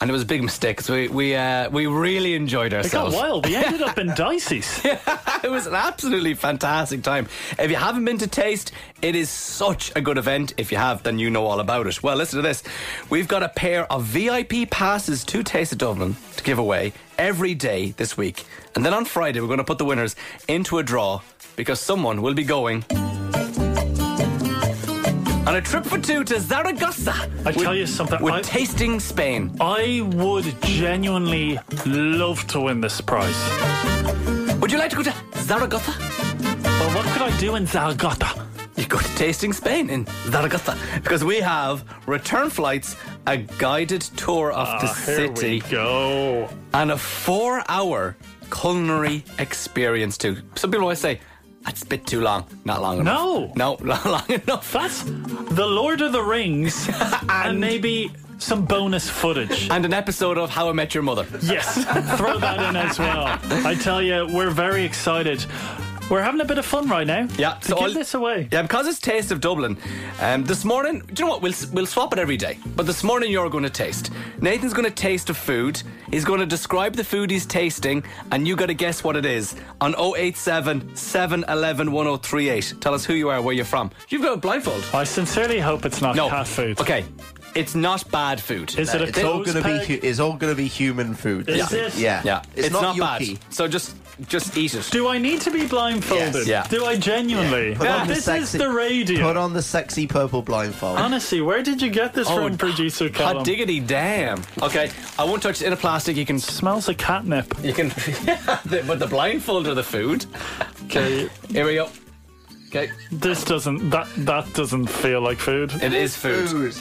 E: And it was a big mistake. So we we, uh, we really enjoyed
D: It got
E: ourselves.
D: wild. We ended up in Dicey's.
E: it was an absolutely fantastic time. If you haven't been to Taste, it is such a good event. If you have, then you know all about it. Well, listen to this. We've got a pair of VIP passes to Taste of Dublin to give away every day this week. And then on Friday, we're going to put the winners into a draw because someone will be going. On a trip for two to Zaragoza.
D: I tell you something.
E: We're
D: I-
E: tasting Spain.
D: I would genuinely love to win this prize.
E: Would you like to go to Zaragoza?
D: Well, what could I do in Zaragoza?
E: You go to Tasting Spain in Zaragoza because we have return flights, a guided tour of the
D: Ah, here we
E: city,
D: go,
E: and a four-hour culinary experience too. Some people always say that's a bit too long. Not long enough.
D: No.
E: no, not long enough.
D: That's the Lord of the Rings and, maybe some bonus footage.
E: And an episode of How I Met Your Mother.
D: Yes, throw that in as well. I tell you, we're very excited. We're having a bit of fun right now.
E: Yeah,
D: to give
E: I'll-
D: this away.
E: Yeah, because it's Taste of Dublin. Um, this morning, do you know what? We'll we'll swap it every day. But this morning, you're going to taste. Nathan's going to taste a food. He's going to describe the food he's tasting, and you got to guess what it is on 087 711 1038. Tell us who you are, where you're from. You've got a blindfold.
D: I sincerely hope it's not cat food.
E: Okay, it's not bad food.
D: Is it a
O: it's Uh, all
D: clothes
O: gonna
D: peg?
O: be hu- it's all gonna be human food.
D: Is
O: isn't
D: it?
O: Yeah,
E: Yeah,
O: It's, not, yucky.
E: bad. So just just eat it.
D: Do I need to be blindfolded?
O: Yes. Yeah.
D: Do I genuinely?
O: Put on the
D: This is
O: sexy-
D: the radio.
O: Put on the sexy purple blindfold.
D: Honestly, where did you get this
E: Oh,
D: from, producer Callum?
E: Hot diggity damn. Okay, I won't touch it in a plastic. You can
D: Smells of catnip.
E: You can, the- but the blindfold or the food.
D: Okay,
E: Here we go. Okay,
D: this doesn't that that doesn't feel like food.
E: it is food.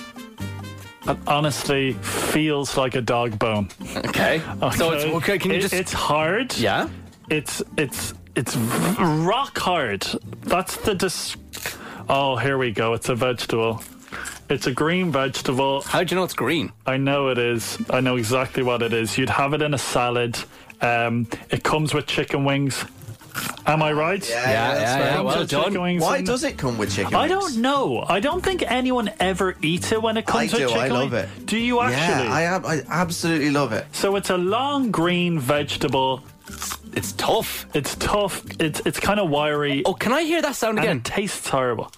D: It honestly feels like a dog bone.
E: Okay. So it's okay. Can you
D: It-
E: just?
D: It's hard.
E: yeah.
D: It's it's it's v- rock hard. That's the dis. Oh, here we go. It's a vegetable. It's a green vegetable.
E: How do you know it's green?
D: I know it is. I know exactly what it is. You'd have it in a salad. Um, it comes with chicken wings. Am I right?
O: Yeah, yeah, that's
E: yeah,
O: right.
E: yeah, well
D: Comes with
E: done.
D: chicken wings
O: Why
D: and-
O: does it come with chicken?
D: I
O: wings?
D: don't know. I don't think anyone ever eats it when it
O: I
D: comes to
O: do.
D: chicken.
O: I love
D: wing.
O: it.
D: Do you actually?
O: Yeah, I am. I absolutely love it.
D: So it's a long green vegetable.
E: It's tough.
D: It's tough.
O: Oh,
D: It's it's kind of wiry.
E: Oh, can I hear that sound
D: and
E: again?
D: it tastes horrible.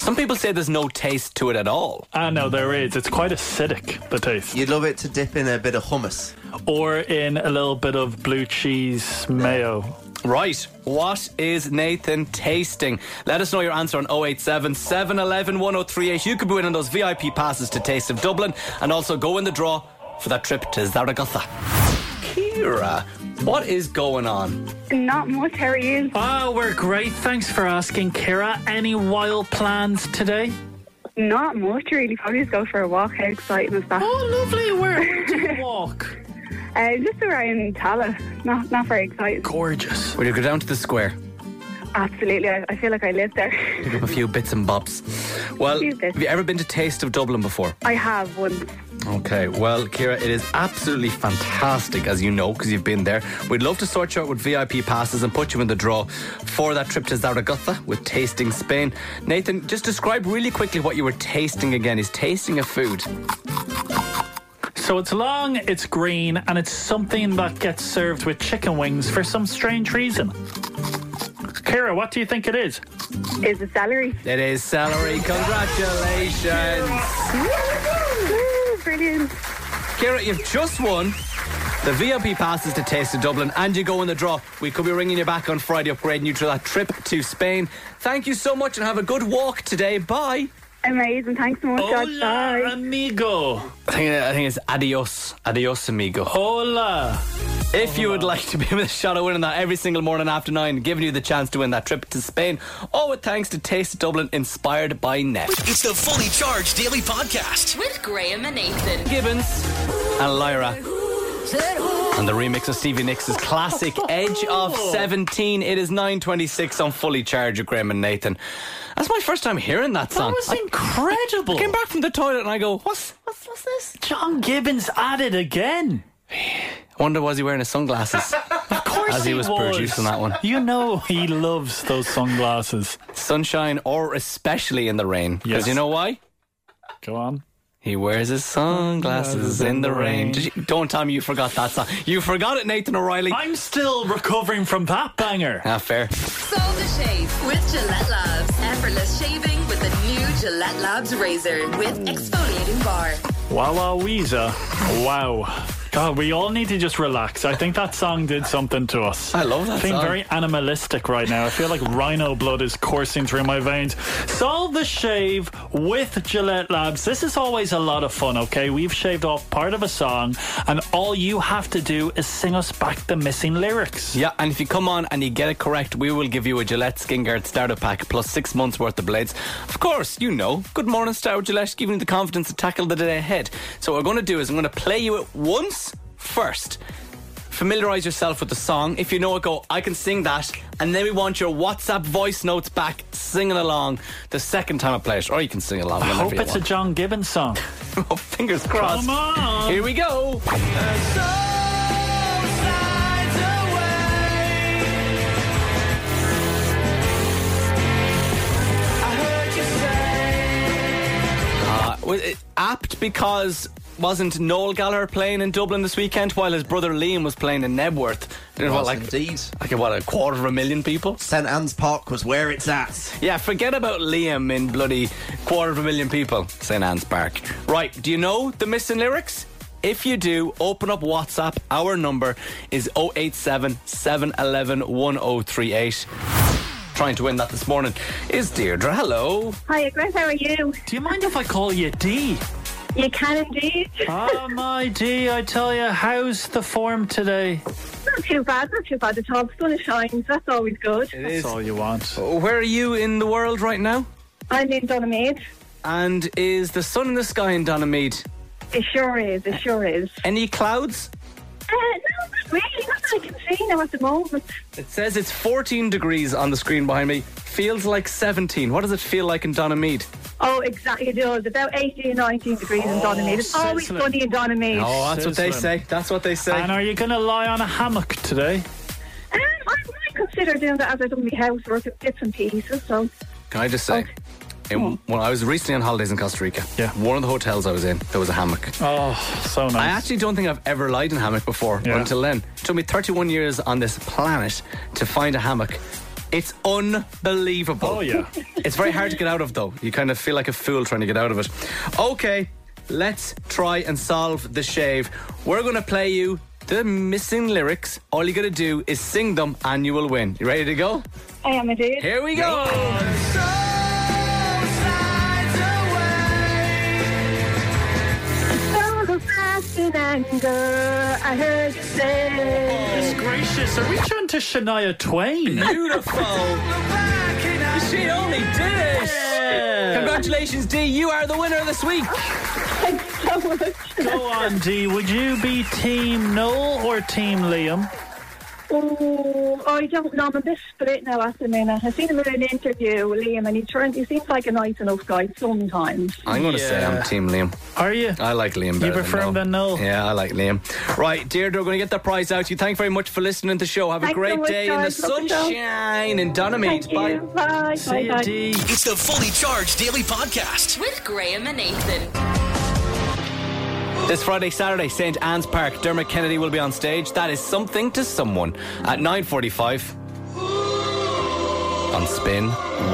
E: Some people say there's no taste to it at all.
D: Ah, no, there is. It's quite acidic, the taste.
O: You'd love it to dip in a bit of hummus.
D: Or in a little bit of blue cheese mayo.
E: Right. What is Nathan tasting? Let us know your answer on 087 711 1038. You could be winning those VIP passes to Taste of Dublin and also go in the draw for that trip to Zaragoza. Kira, what is going on?
N: Not much, how are you?
D: Oh, we're great. Thanks for asking, Kira. Any wild plans today?
N: Not much, really. Probably just go for a walk. How exciting is that?
D: Oh, lovely. Where would you walk?
N: Uh, just around Tala. Not, not very exciting.
D: Gorgeous.
E: Will you go down to the square?
N: Absolutely. I, I feel like I live there.
E: Pick up a few bits and bobs. Well,
N: Few bits.
E: have you ever been to Taste of Dublin before?
N: I have once.
E: Okay, well, Kira, it is absolutely fantastic, as you know, because you've been there. We'd love to sort you out with VIP passes and put you in the draw for that trip to Zaragoza with Tasting Spain. Nathan, just describe really quickly what you were tasting again. Is tasting a food?
D: So it's long, it's green, and it's something that gets served with chicken wings for some strange reason. Kira, what do you think it is?
N: Is it celery?
E: It is celery. Congratulations.
N: Woo, Brilliant.
E: Kira, you've just won the VIP passes to Taste of Dublin and you go in the draw. We could be ringing you back on Friday, upgrading you to that trip to Spain. Thank you so much and have a good walk today. Bye.
N: Amazing. Thanks so much, guys. Bye.
D: amigo.
E: I think, I think it's adios. Adios, amigo.
D: Hola.
E: If you would like to be with a shot at winning that every single morning after nine, giving you the chance to win that trip to Spain, all with thanks to Taste of Dublin, inspired by Net.
C: It's the Fully Charged Daily Podcast.
B: With Graham and Nathan.
E: Gibbons. And Lyra. And the remix of Stevie Nicks' classic Edge of 17. It is 9.26 on Fully Charged with Graham and Nathan. That's my first time hearing that song.
D: was
E: I-
D: incredible.
E: I came back from the toilet and I go, what's, what's, what's this?
D: John Gibbons at it again.
E: I wonder was he wearing his sunglasses?
D: Of course
E: As he was producing that one.
D: You know he loves those sunglasses.
E: Sunshine or especially in the rain. Because
D: Yes.
E: you know why?
D: Go on.
E: He wears his sunglasses in the rain. Did you, don't tell me you forgot that song. You forgot it, Nathan O'Reilly.
D: I'm still recovering from that banger.
E: Ah, fair.
B: Solve the shave with Gillette Labs. Effortless shaving with the new Gillette Labs razor with exfoliating bar.
D: Wawa Weezer. Wow. God, we all need to just relax. I think that song did something to us.
E: I love that
D: I'm feeling
E: song.
D: very animalistic right now. I feel like rhino blood is coursing through my veins. Solve the shave with Gillette Labs. This is always a lot of fun, okay? We've shaved off part of a song, and all you have to do is sing us back the missing lyrics.
E: Yeah, and if you come on and you get it correct, we will give you a Gillette Skin Guard starter pack plus six months worth of blades. Of course, you know. Good morning, Star Gillette, giving you the confidence to tackle the day ahead. So, what we're going to do is I'm going to play you it once first. Familiarize yourself with the song. If you know it, go, I can sing that. And then we want your WhatsApp voice notes back singing along the second time I play it. Or you can sing along
D: I
E: whenever
D: hope
E: you
D: it's a
E: want.
D: John Gibbons song.
E: oh, fingers crossed.
D: Come on.
E: Here we go. Uh, was it apt because wasn't Noel Gallagher playing in Dublin this weekend while his brother Liam was playing in Nebworth? You know, what,
O: Was
E: like,
O: indeed.
E: like what a quarter of a million people?
O: St Anne's Park was where it's at.
E: Yeah, forget about Liam in bloody quarter of a million people. St Anne's Park. Right, do you know the missing lyrics? If you do, open up WhatsApp. Our number is 087 711 1038. Trying to win that this morning is Deirdre. Hello.
N: Hiya, Chris. How are you?
D: Do you mind if I call you D?
N: You can indeed.
D: Ah, my D, I tell you, how's the form today?
N: Not too bad. Not too bad at all. The sun is shining. so That's always good.
D: That's all you want.
E: Where are you in the world right now?
N: I'm in Donamead.
E: And is the sun in the sky in Donamead?
N: It sure is. It sure is.
E: Any clouds?
N: Uh, no, not really. Not that I can see now at the moment.
E: It says it's 14 degrees on the screen behind me. Feels like 17. What does it feel like in Donamead?
N: Oh, exactly. It does. About 18, 19 degrees in Donamead. It's always
D: sizzling.
N: sunny in Donamead.
E: Oh, that's what they
D: Sizzling.
E: say. That's what they say.
D: And are you going to lie on a hammock today?
N: Um, I might consider doing that as I done my housework in bits and pieces. So,
E: Can I just say, in, when I was recently on holidays in Costa Rica,
D: Yeah.
E: one of the hotels I was in, there was a hammock.
D: Oh, so nice.
E: I actually don't think I've ever lied in a hammock before
D: Yeah.
E: until then. It took me 31 years on this planet to find a hammock. It's unbelievable. Oh, yeah. it's very hard to get out of, though. You kind of feel like a fool trying to get out of it. Okay, let's try and solve the shave. We're going to play you the missing lyrics. All you got to do is sing them, and you will win. You ready to go?
N: I am indeed.
E: Here we go.
N: So fast in anger, I heard you say.
D: Gracious, are we trying to Shania Twain?
E: Beautiful. She only did it. Congratulations, Dee. You are the winner of this week.
D: Go on, Dee. Would you be Team Noel or Team Liam?
N: Oh, I don't know. I'm a bit split now after a minute. I seen him in an interview with Liam, and he turned. He seems like a nice enough guy sometimes.
E: I'm going to say I'm Team Liam.
D: Are you?
E: I like Liam Oh, better.
D: You prefer him
E: than Noel? Yeah, I like Liam. Right, Deirdre, we're going to get that prize out to you. Thank you very much for listening to the show. Have a
C: Thanks so
E: great
C: much,
E: day
C: guys.
E: in
C: Love
E: the
C: the show.
E: sunshine in Dunamate. Bye.
N: Bye.
E: See you, Dee.
C: It's the Fully Charged Daily Podcast.
B: With Graham and Nathan.
E: This Friday, Saturday, St. Anne's Park, Dermot Kennedy will be on stage. That is something to someone at 9.45 on Spin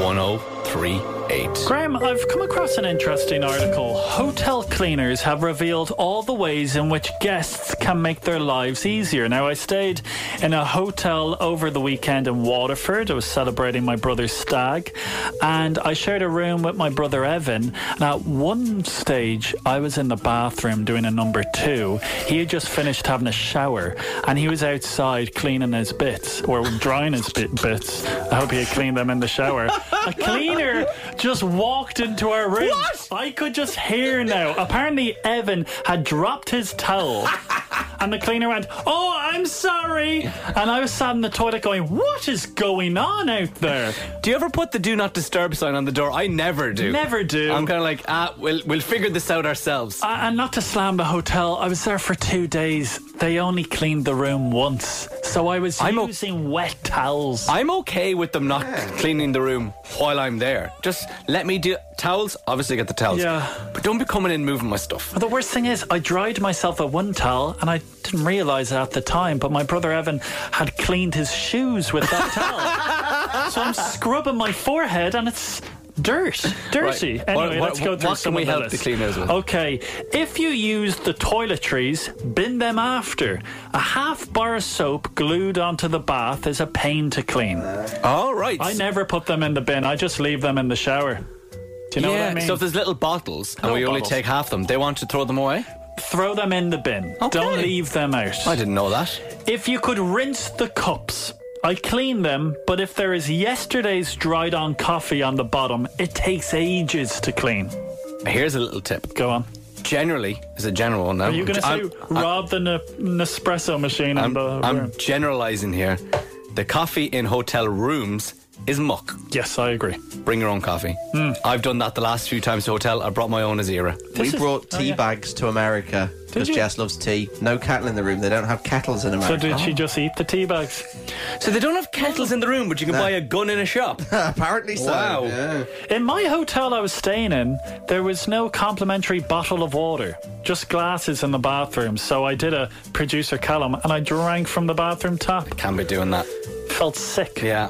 E: 1038.
D: Graham, I've come across an interesting article. Hotel cleaners have revealed all the ways in which guests can make their lives easier. Now, I stayed in a hotel over the weekend in Waterford. I was celebrating my brother's stag, and I shared a room with my brother Evan. And at one stage, I was in the bathroom doing a number two. He had just finished having a shower, and he was outside cleaning his bits or drying his bit- bits. I hope he had cleaned them in the shower. A cleaner just walked into our room. I could just hear now. Apparently, Evan had dropped his towel. And the cleaner went, Oh, I'm sorry. And I was sat in the toilet going, What is going on out there?
E: Do you ever put the do not disturb sign on the door? I never do.
D: Never do.
E: I'm kind of like, ah, we'll, we'll figure this out ourselves.
D: I- and not to slam the hotel, I was there for two days. They only cleaned the room once. So I was
E: I'm o-
D: using wet towels.
E: I'm okay with them not cleaning the room while I'm there. Just let me do towels. Obviously, get the towels.
D: Yeah.
E: But don't be coming in moving my stuff.
D: But the worst thing is, I dried myself at one towel and I didn't realise it at the time, but my brother Evan had cleaned his shoes with that towel. So I'm scrubbing my forehead and it's dirt. Dirty.
E: Right.
D: Anyway,
E: What- what-
D: let's go through
E: what
D: some
E: can we
D: of the
E: help
D: list.
E: the cleaners with?
D: Okay, if you use the toiletries, bin them after. A half bar of soap glued onto the bath is a pain to clean.
E: All right.
D: I never put them in the bin, I just leave them in the shower. Do you know
E: yeah.
D: what I mean?
E: So if there's little bottles and
D: No
E: we only
D: bottles.
E: take half them, they want to throw them away.
D: Throw them in the bin. Don't leave them out.
E: I didn't know that.
D: If you could rinse the cups, I clean them, but if there is yesterday's dried on coffee on the bottom, it takes ages to clean.
E: Here's a little tip.
D: Go on.
E: Generally, as a general one now.
D: Are you going to
E: I'm-
D: say rob the N- Nespresso machine on the
E: I'm
D: room?
E: generalizing here. The coffee in hotel rooms is muck.
D: Yes, I agree.
E: Bring your own coffee. I've done that the last few times to hotel. I brought my own Azira.
O: we brought tea bags to America because
D: oh, you?
O: Jess loves tea. No cattle in the room. They don't have kettles in
D: So
O: America.
D: did
E: Oh.
D: she just eat the tea bags?
E: So they don't have kettles in the room, but you can buy a gun in a shop.
O: Apparently so.
E: Wow.
D: In my hotel I was staying in, there was no complimentary bottle of water, just glasses in the bathroom. So I did a producer Callum and I drank from the bathroom tap.
E: Can be doing that.
D: Felt sick.
E: Yeah.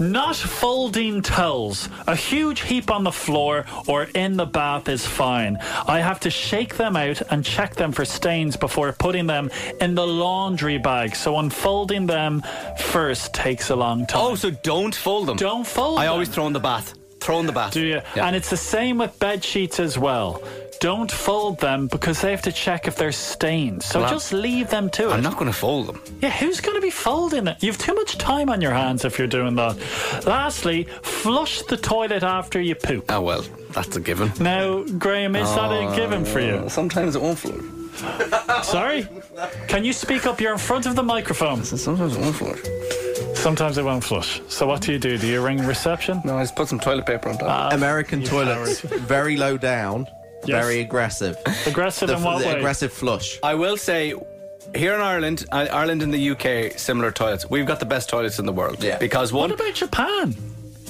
D: Not folding towels. A huge heap on the floor or in the bath is fine. I have to shake them out and check them for stains before putting them in the laundry bag. So unfolding them first takes a long time.
E: Oh, so don't fold them.
D: Don't fold
E: I
D: them.
E: always throw in the bath. Throw in the bath.
D: Do you?
E: Yeah.
D: And it's the same with bed sheets as well. Don't fold them because they have to check if they're stained. So
E: Well,
D: just leave them to
E: I'm
D: it.
E: not going to fold them.
D: Yeah, who's going to be folding it? You've too much time on your hands if you're doing that. Lastly, flush the toilet after you poop.
E: Oh well, that's a given.
D: Now, Graham, is that
O: Oh.
D: a given for you?
E: Sometimes it won't float.
D: Sorry? Can you speak up? You're in front of the microphone.
E: Sometimes it won't float.
D: Sometimes it won't flush. So what do you do? Do you ring reception?
E: No, I just put some toilet paper on top.
O: American toilets, very low down,
D: Yes.
O: very aggressive.
D: Aggressive
O: the,
D: in what
O: the
D: way?
O: aggressive flush.
E: I will say, here in Ireland, uh, Ireland and the UK, similar toilets. We've got the best toilets in the world.
O: Yeah.
E: Because
D: What
E: one,
D: about Japan?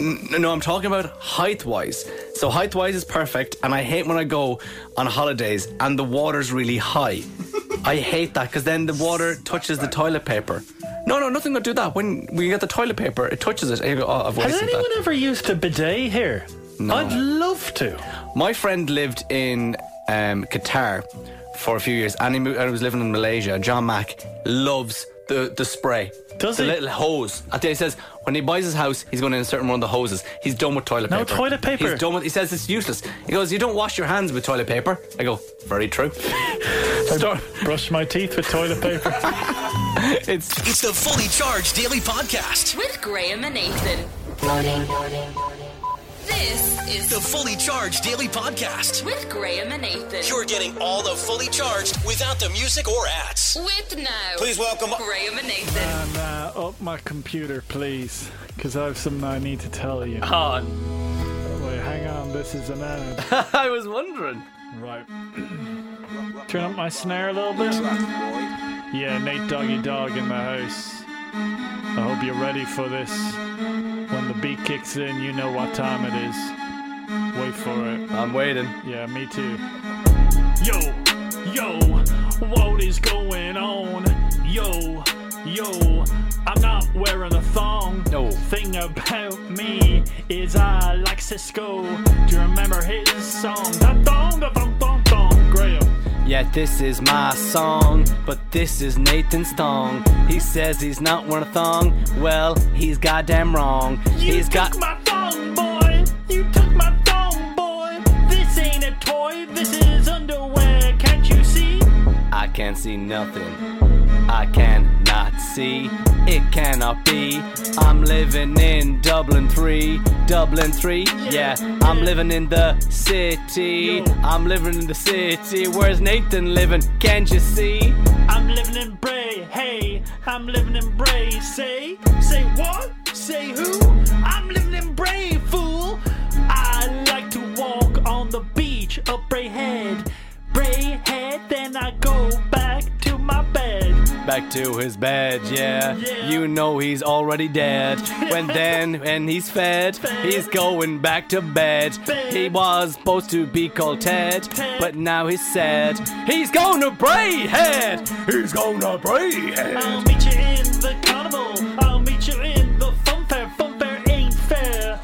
E: n- no, I'm talking about height wise. So height wise is perfect, and I hate when I go on holidays and the water's really high. I hate that because then the water touches the toilet paper. No, no, nothing to do with that. When we get the toilet paper, it touches it. And you go, oh, I've
D: Has
E: wasted
D: anyone
E: that.
D: ever used a bidet here? I'd love to.
E: My friend lived in um, Qatar for a few years, and he, moved, and he was living in Malaysia. John Mack loves the, the spray.
D: Does
E: the
D: he?
E: little hose. I think he says when he buys his house, he's going to insert one of the hoses. He's done with toilet
D: No
E: paper.
D: toilet paper.
E: He's done with. He says it's useless. He goes, "You don't wash your hands with toilet paper." I go, "Very true." Start.
D: Brush my teeth with toilet paper.
E: it's
C: It's the Fully Charged Daily Podcast.
B: With Graham and Nathan. This is
C: the Fully Charged Daily Podcast.
B: With Graham and Nathan.
C: You're getting all the Fully Charged without the music or ads.
B: With now.
C: Please welcome-
B: Graham and Nathan.
D: Uh, up my computer, please, because I have something I need to tell you.
E: Oh.
D: Wait, hang on. This is an ad.
E: I was wondering.
D: Right. Turn up my snare a little bit. Yeah, Nate Doggy Dog in the house. I hope you're ready for this. When the beat kicks in, you know what time it is. Wait for it.
E: I'm waiting.
D: Yeah, me too. Yo, yo, what is going on? Yo, yo, I'm not wearing a thong. No. Thing about me is I like Cisco. Do you remember his song? That thong, that thong, thong, thong. Graham.
E: Yeah, this is my song, but this is Nathan's thong. He says he's not wearing a thong. Well, he's goddamn wrong.
D: You
E: he's
D: took
E: got.
D: my thong, boy. You took my thong, boy. This ain't a toy. This is underwear. Can't you see?
E: I can't see nothing. I cannot see. It cannot be. I'm living in Dublin 3. Dublin 3. Yeah, I'm living in the city. I'm living in the city. Where's Nathan living? Can't you see?
D: I'm living in Bray, hey, I'm living in Bray, say, say what? Say who? I'm living in Bray, fool. I like to walk on the beach of Bray Head, Bray Head, then I go back to my bed.
E: Back to his bed, yeah. You know he's already dead. When then, when he's fed, he's going back to bed. He was supposed to be called Ted, but now he's sad. He's gonna Brayhead! He's gonna
D: I'll
E: Brayhead!
D: meet you in the carnival, I'll meet you in the fun fair, fun fair ain't fair.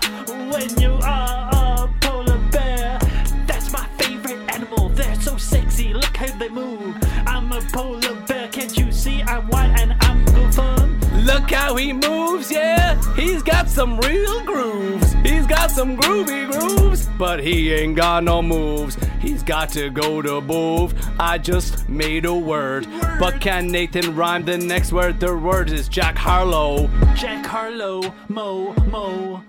D: When you are a polar bear, that's my favorite animal, they're so sexy, look how they move. I'm a polar bear, can't you see? I'm white and I'm good fun.
E: Look how he moves, yeah! He's got some real grooves. He's got some groovy grooves, but he ain't got no moves. He's got to go to move. I just made a word. But can Nathan rhyme the next word? The word is Jack Harlow.
D: Jack Harlow, Mo, Mo,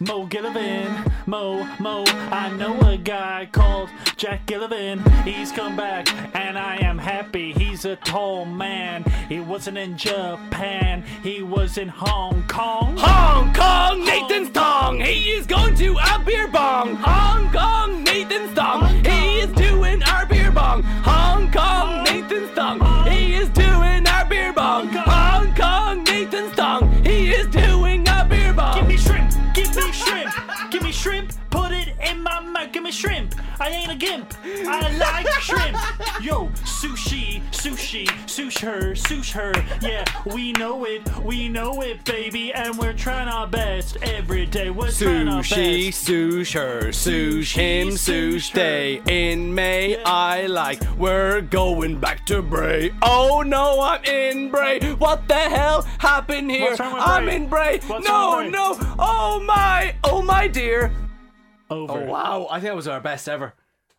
D: Mo Gillivan, Mo, Mo. I know a guy called Jack Gillivan. He's come back, and I am happy. He's a tall man. He wasn't in Japan. He was in Hong Kong.
E: Hong Kong, Nathan's tongue. He is going to a beer bong. Hong Kong, Nathan's tongue. He is doing our beer bong. Hong Kong, Nathan's tongue. He is doing our beer bong. Hong Kong, Nathan's tongue. He is doing a beer bong.
D: Give me shrimp. Give me shrimp. Give me shrimp. Put it in my mouth. Give me shrimp. I ain't a gimp. I like shrimp. Yo, sushi, sushi, sush her, sush her. Yeah, we know it. We know it, baby. And we're trying our best every day. We're trying our
E: Sushi,
D: best.
E: sush her, sush him, sush they. In May, I like. We're going back to Bray. Oh no, I'm in Bray. What the hell happened here?
D: What's wrong with
E: I'm
D: Bray?
E: in Bray.
D: What's
E: no,
D: wrong with Bray?
E: no. Oh my, oh my dear.
D: Over.
E: Oh wow, I think that was our best ever.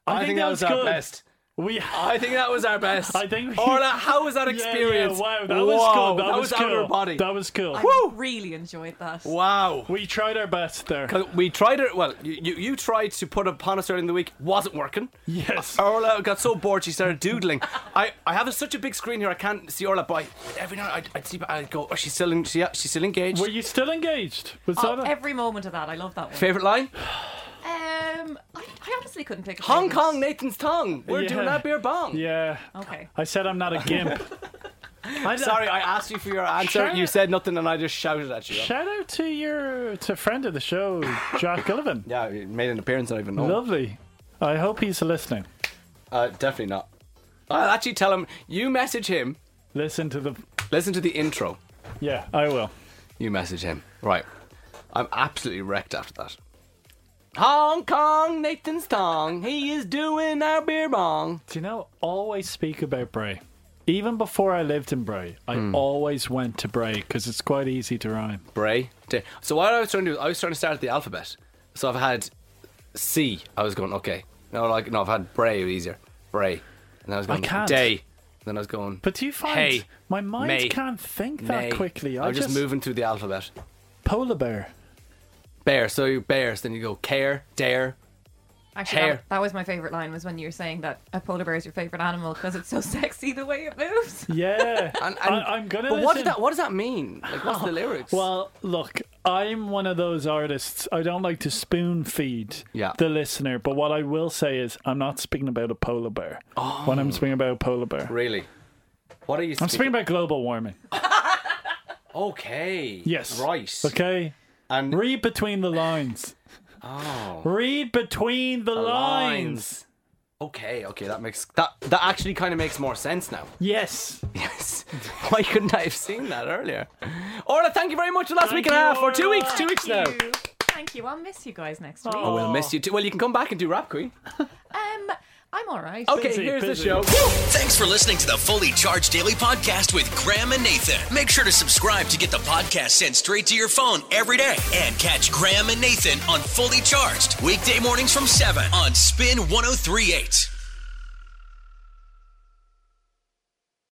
D: I think that
E: was
D: was
E: our
D: good.
E: best.
D: We.
E: I think that was our best.
D: I think. we-
E: Orla, how was that
D: Yeah, yeah,
E: experience?
D: wow, that was
E: Wow,
D: cool. That, was,
E: out of
D: cool.
E: our body.
D: That was cool.
E: Woo!
P: Really enjoyed that.
E: Wow.
D: We tried our best there.
E: 'Cause We tried it. Well, you, you, you tried to put upon us early in the week. Wasn't working.
D: Yes.
E: Orla got so bored she started doodling. I, I have such a big screen here. I can't see Orla, but I, every now and then I'd, I'd see. I'd go. Oh, she's still. In, she, she's still engaged.
D: Were you still engaged? Was
P: Oh,
D: that a-
P: every moment of that, I love that one.
E: Favorite line?
P: Um, I, I honestly couldn't pick. A
E: Hong
P: favourite.
E: Kong Nathan's tongue. We're
D: Yeah.
E: doing that beer bong.
D: Yeah.
P: Okay.
D: I said I'm not a gimp. I d-
E: Sorry, I asked you for your answer.
D: Shout-
E: You said nothing, and I just shouted at you.
D: Shout out to your to friend of the show, Jack Gillivan.
E: yeah, you made an appearance. I don't even know.
D: Lovely. I hope he's listening.
E: Uh, definitely not. I'll actually tell him. You message him.
D: Listen to the
E: Listen to the intro.
D: Yeah, I will.
E: You message him. Right. I'm absolutely wrecked after that. Hong Kong, Nathan's Tong. He is doing our beer bong.
D: Do you know, always speak about Bray. Even before I lived in Bray, I
E: Hmm.
D: always went to Bray because it's quite easy to rhyme.
E: Bray. Da- So what I was trying to do, I was trying to start at the alphabet. So I've had C. I was going okay. No, like no, I've had Bray it was easier. Bray, and I was
D: I
E: going
D: can't.
E: day. Then I was going.
D: But do you find
E: hey,
D: my mind
E: May,
D: can't think that
E: Nay.
D: quickly? I
E: I'm just,
D: just-
E: moving through the alphabet.
D: Polar bear.
E: Bear. So you bears. Then you go care, dare,
P: Actually,
E: hair.
P: that, that was my favorite line was when you were saying that a polar bear is your favorite animal because it's so sexy the way it moves.
D: Yeah, I, am gonna.
E: But what does
D: listen.
E: that? What does that mean? Like, what's the lyrics?
D: Well, look, I'm one of those artists. I don't like to spoon feed the listener, but what I will say is I'm not speaking about a polar bear.
E: Oh.
D: When I'm speaking about a polar bear,
E: really, what are you? Speaking?
D: I'm speaking about global warming.
E: Okay.
D: Yes.
E: Right.
D: Okay.
E: And
D: read between the lines.
E: Oh.
D: Read between the,
E: The
D: lines.
E: lines. Okay, okay, that makes that that actually kind of makes more sense now.
D: Yes.
E: Yes. Why couldn't I have seen that earlier? Orla, thank you very much for last
P: Thank
E: week and a
P: you,
E: half, or two
P: Orla.
E: weeks, two weeks now.
P: Thank you. Thank you. I'll miss you guys next week.
E: Oh, we'll miss you too. Well, you can come back and do Rap Queen.
P: Um, I'm all right.
E: Okay, here's the show.
C: Thanks for listening to the Fully Charged Daily Podcast with Graham and Nathan. Make sure to subscribe to get the podcast sent straight to your phone every day. And catch oh Graham and Nathan on Fully Charged, weekday mornings from 7 on Spin 1038.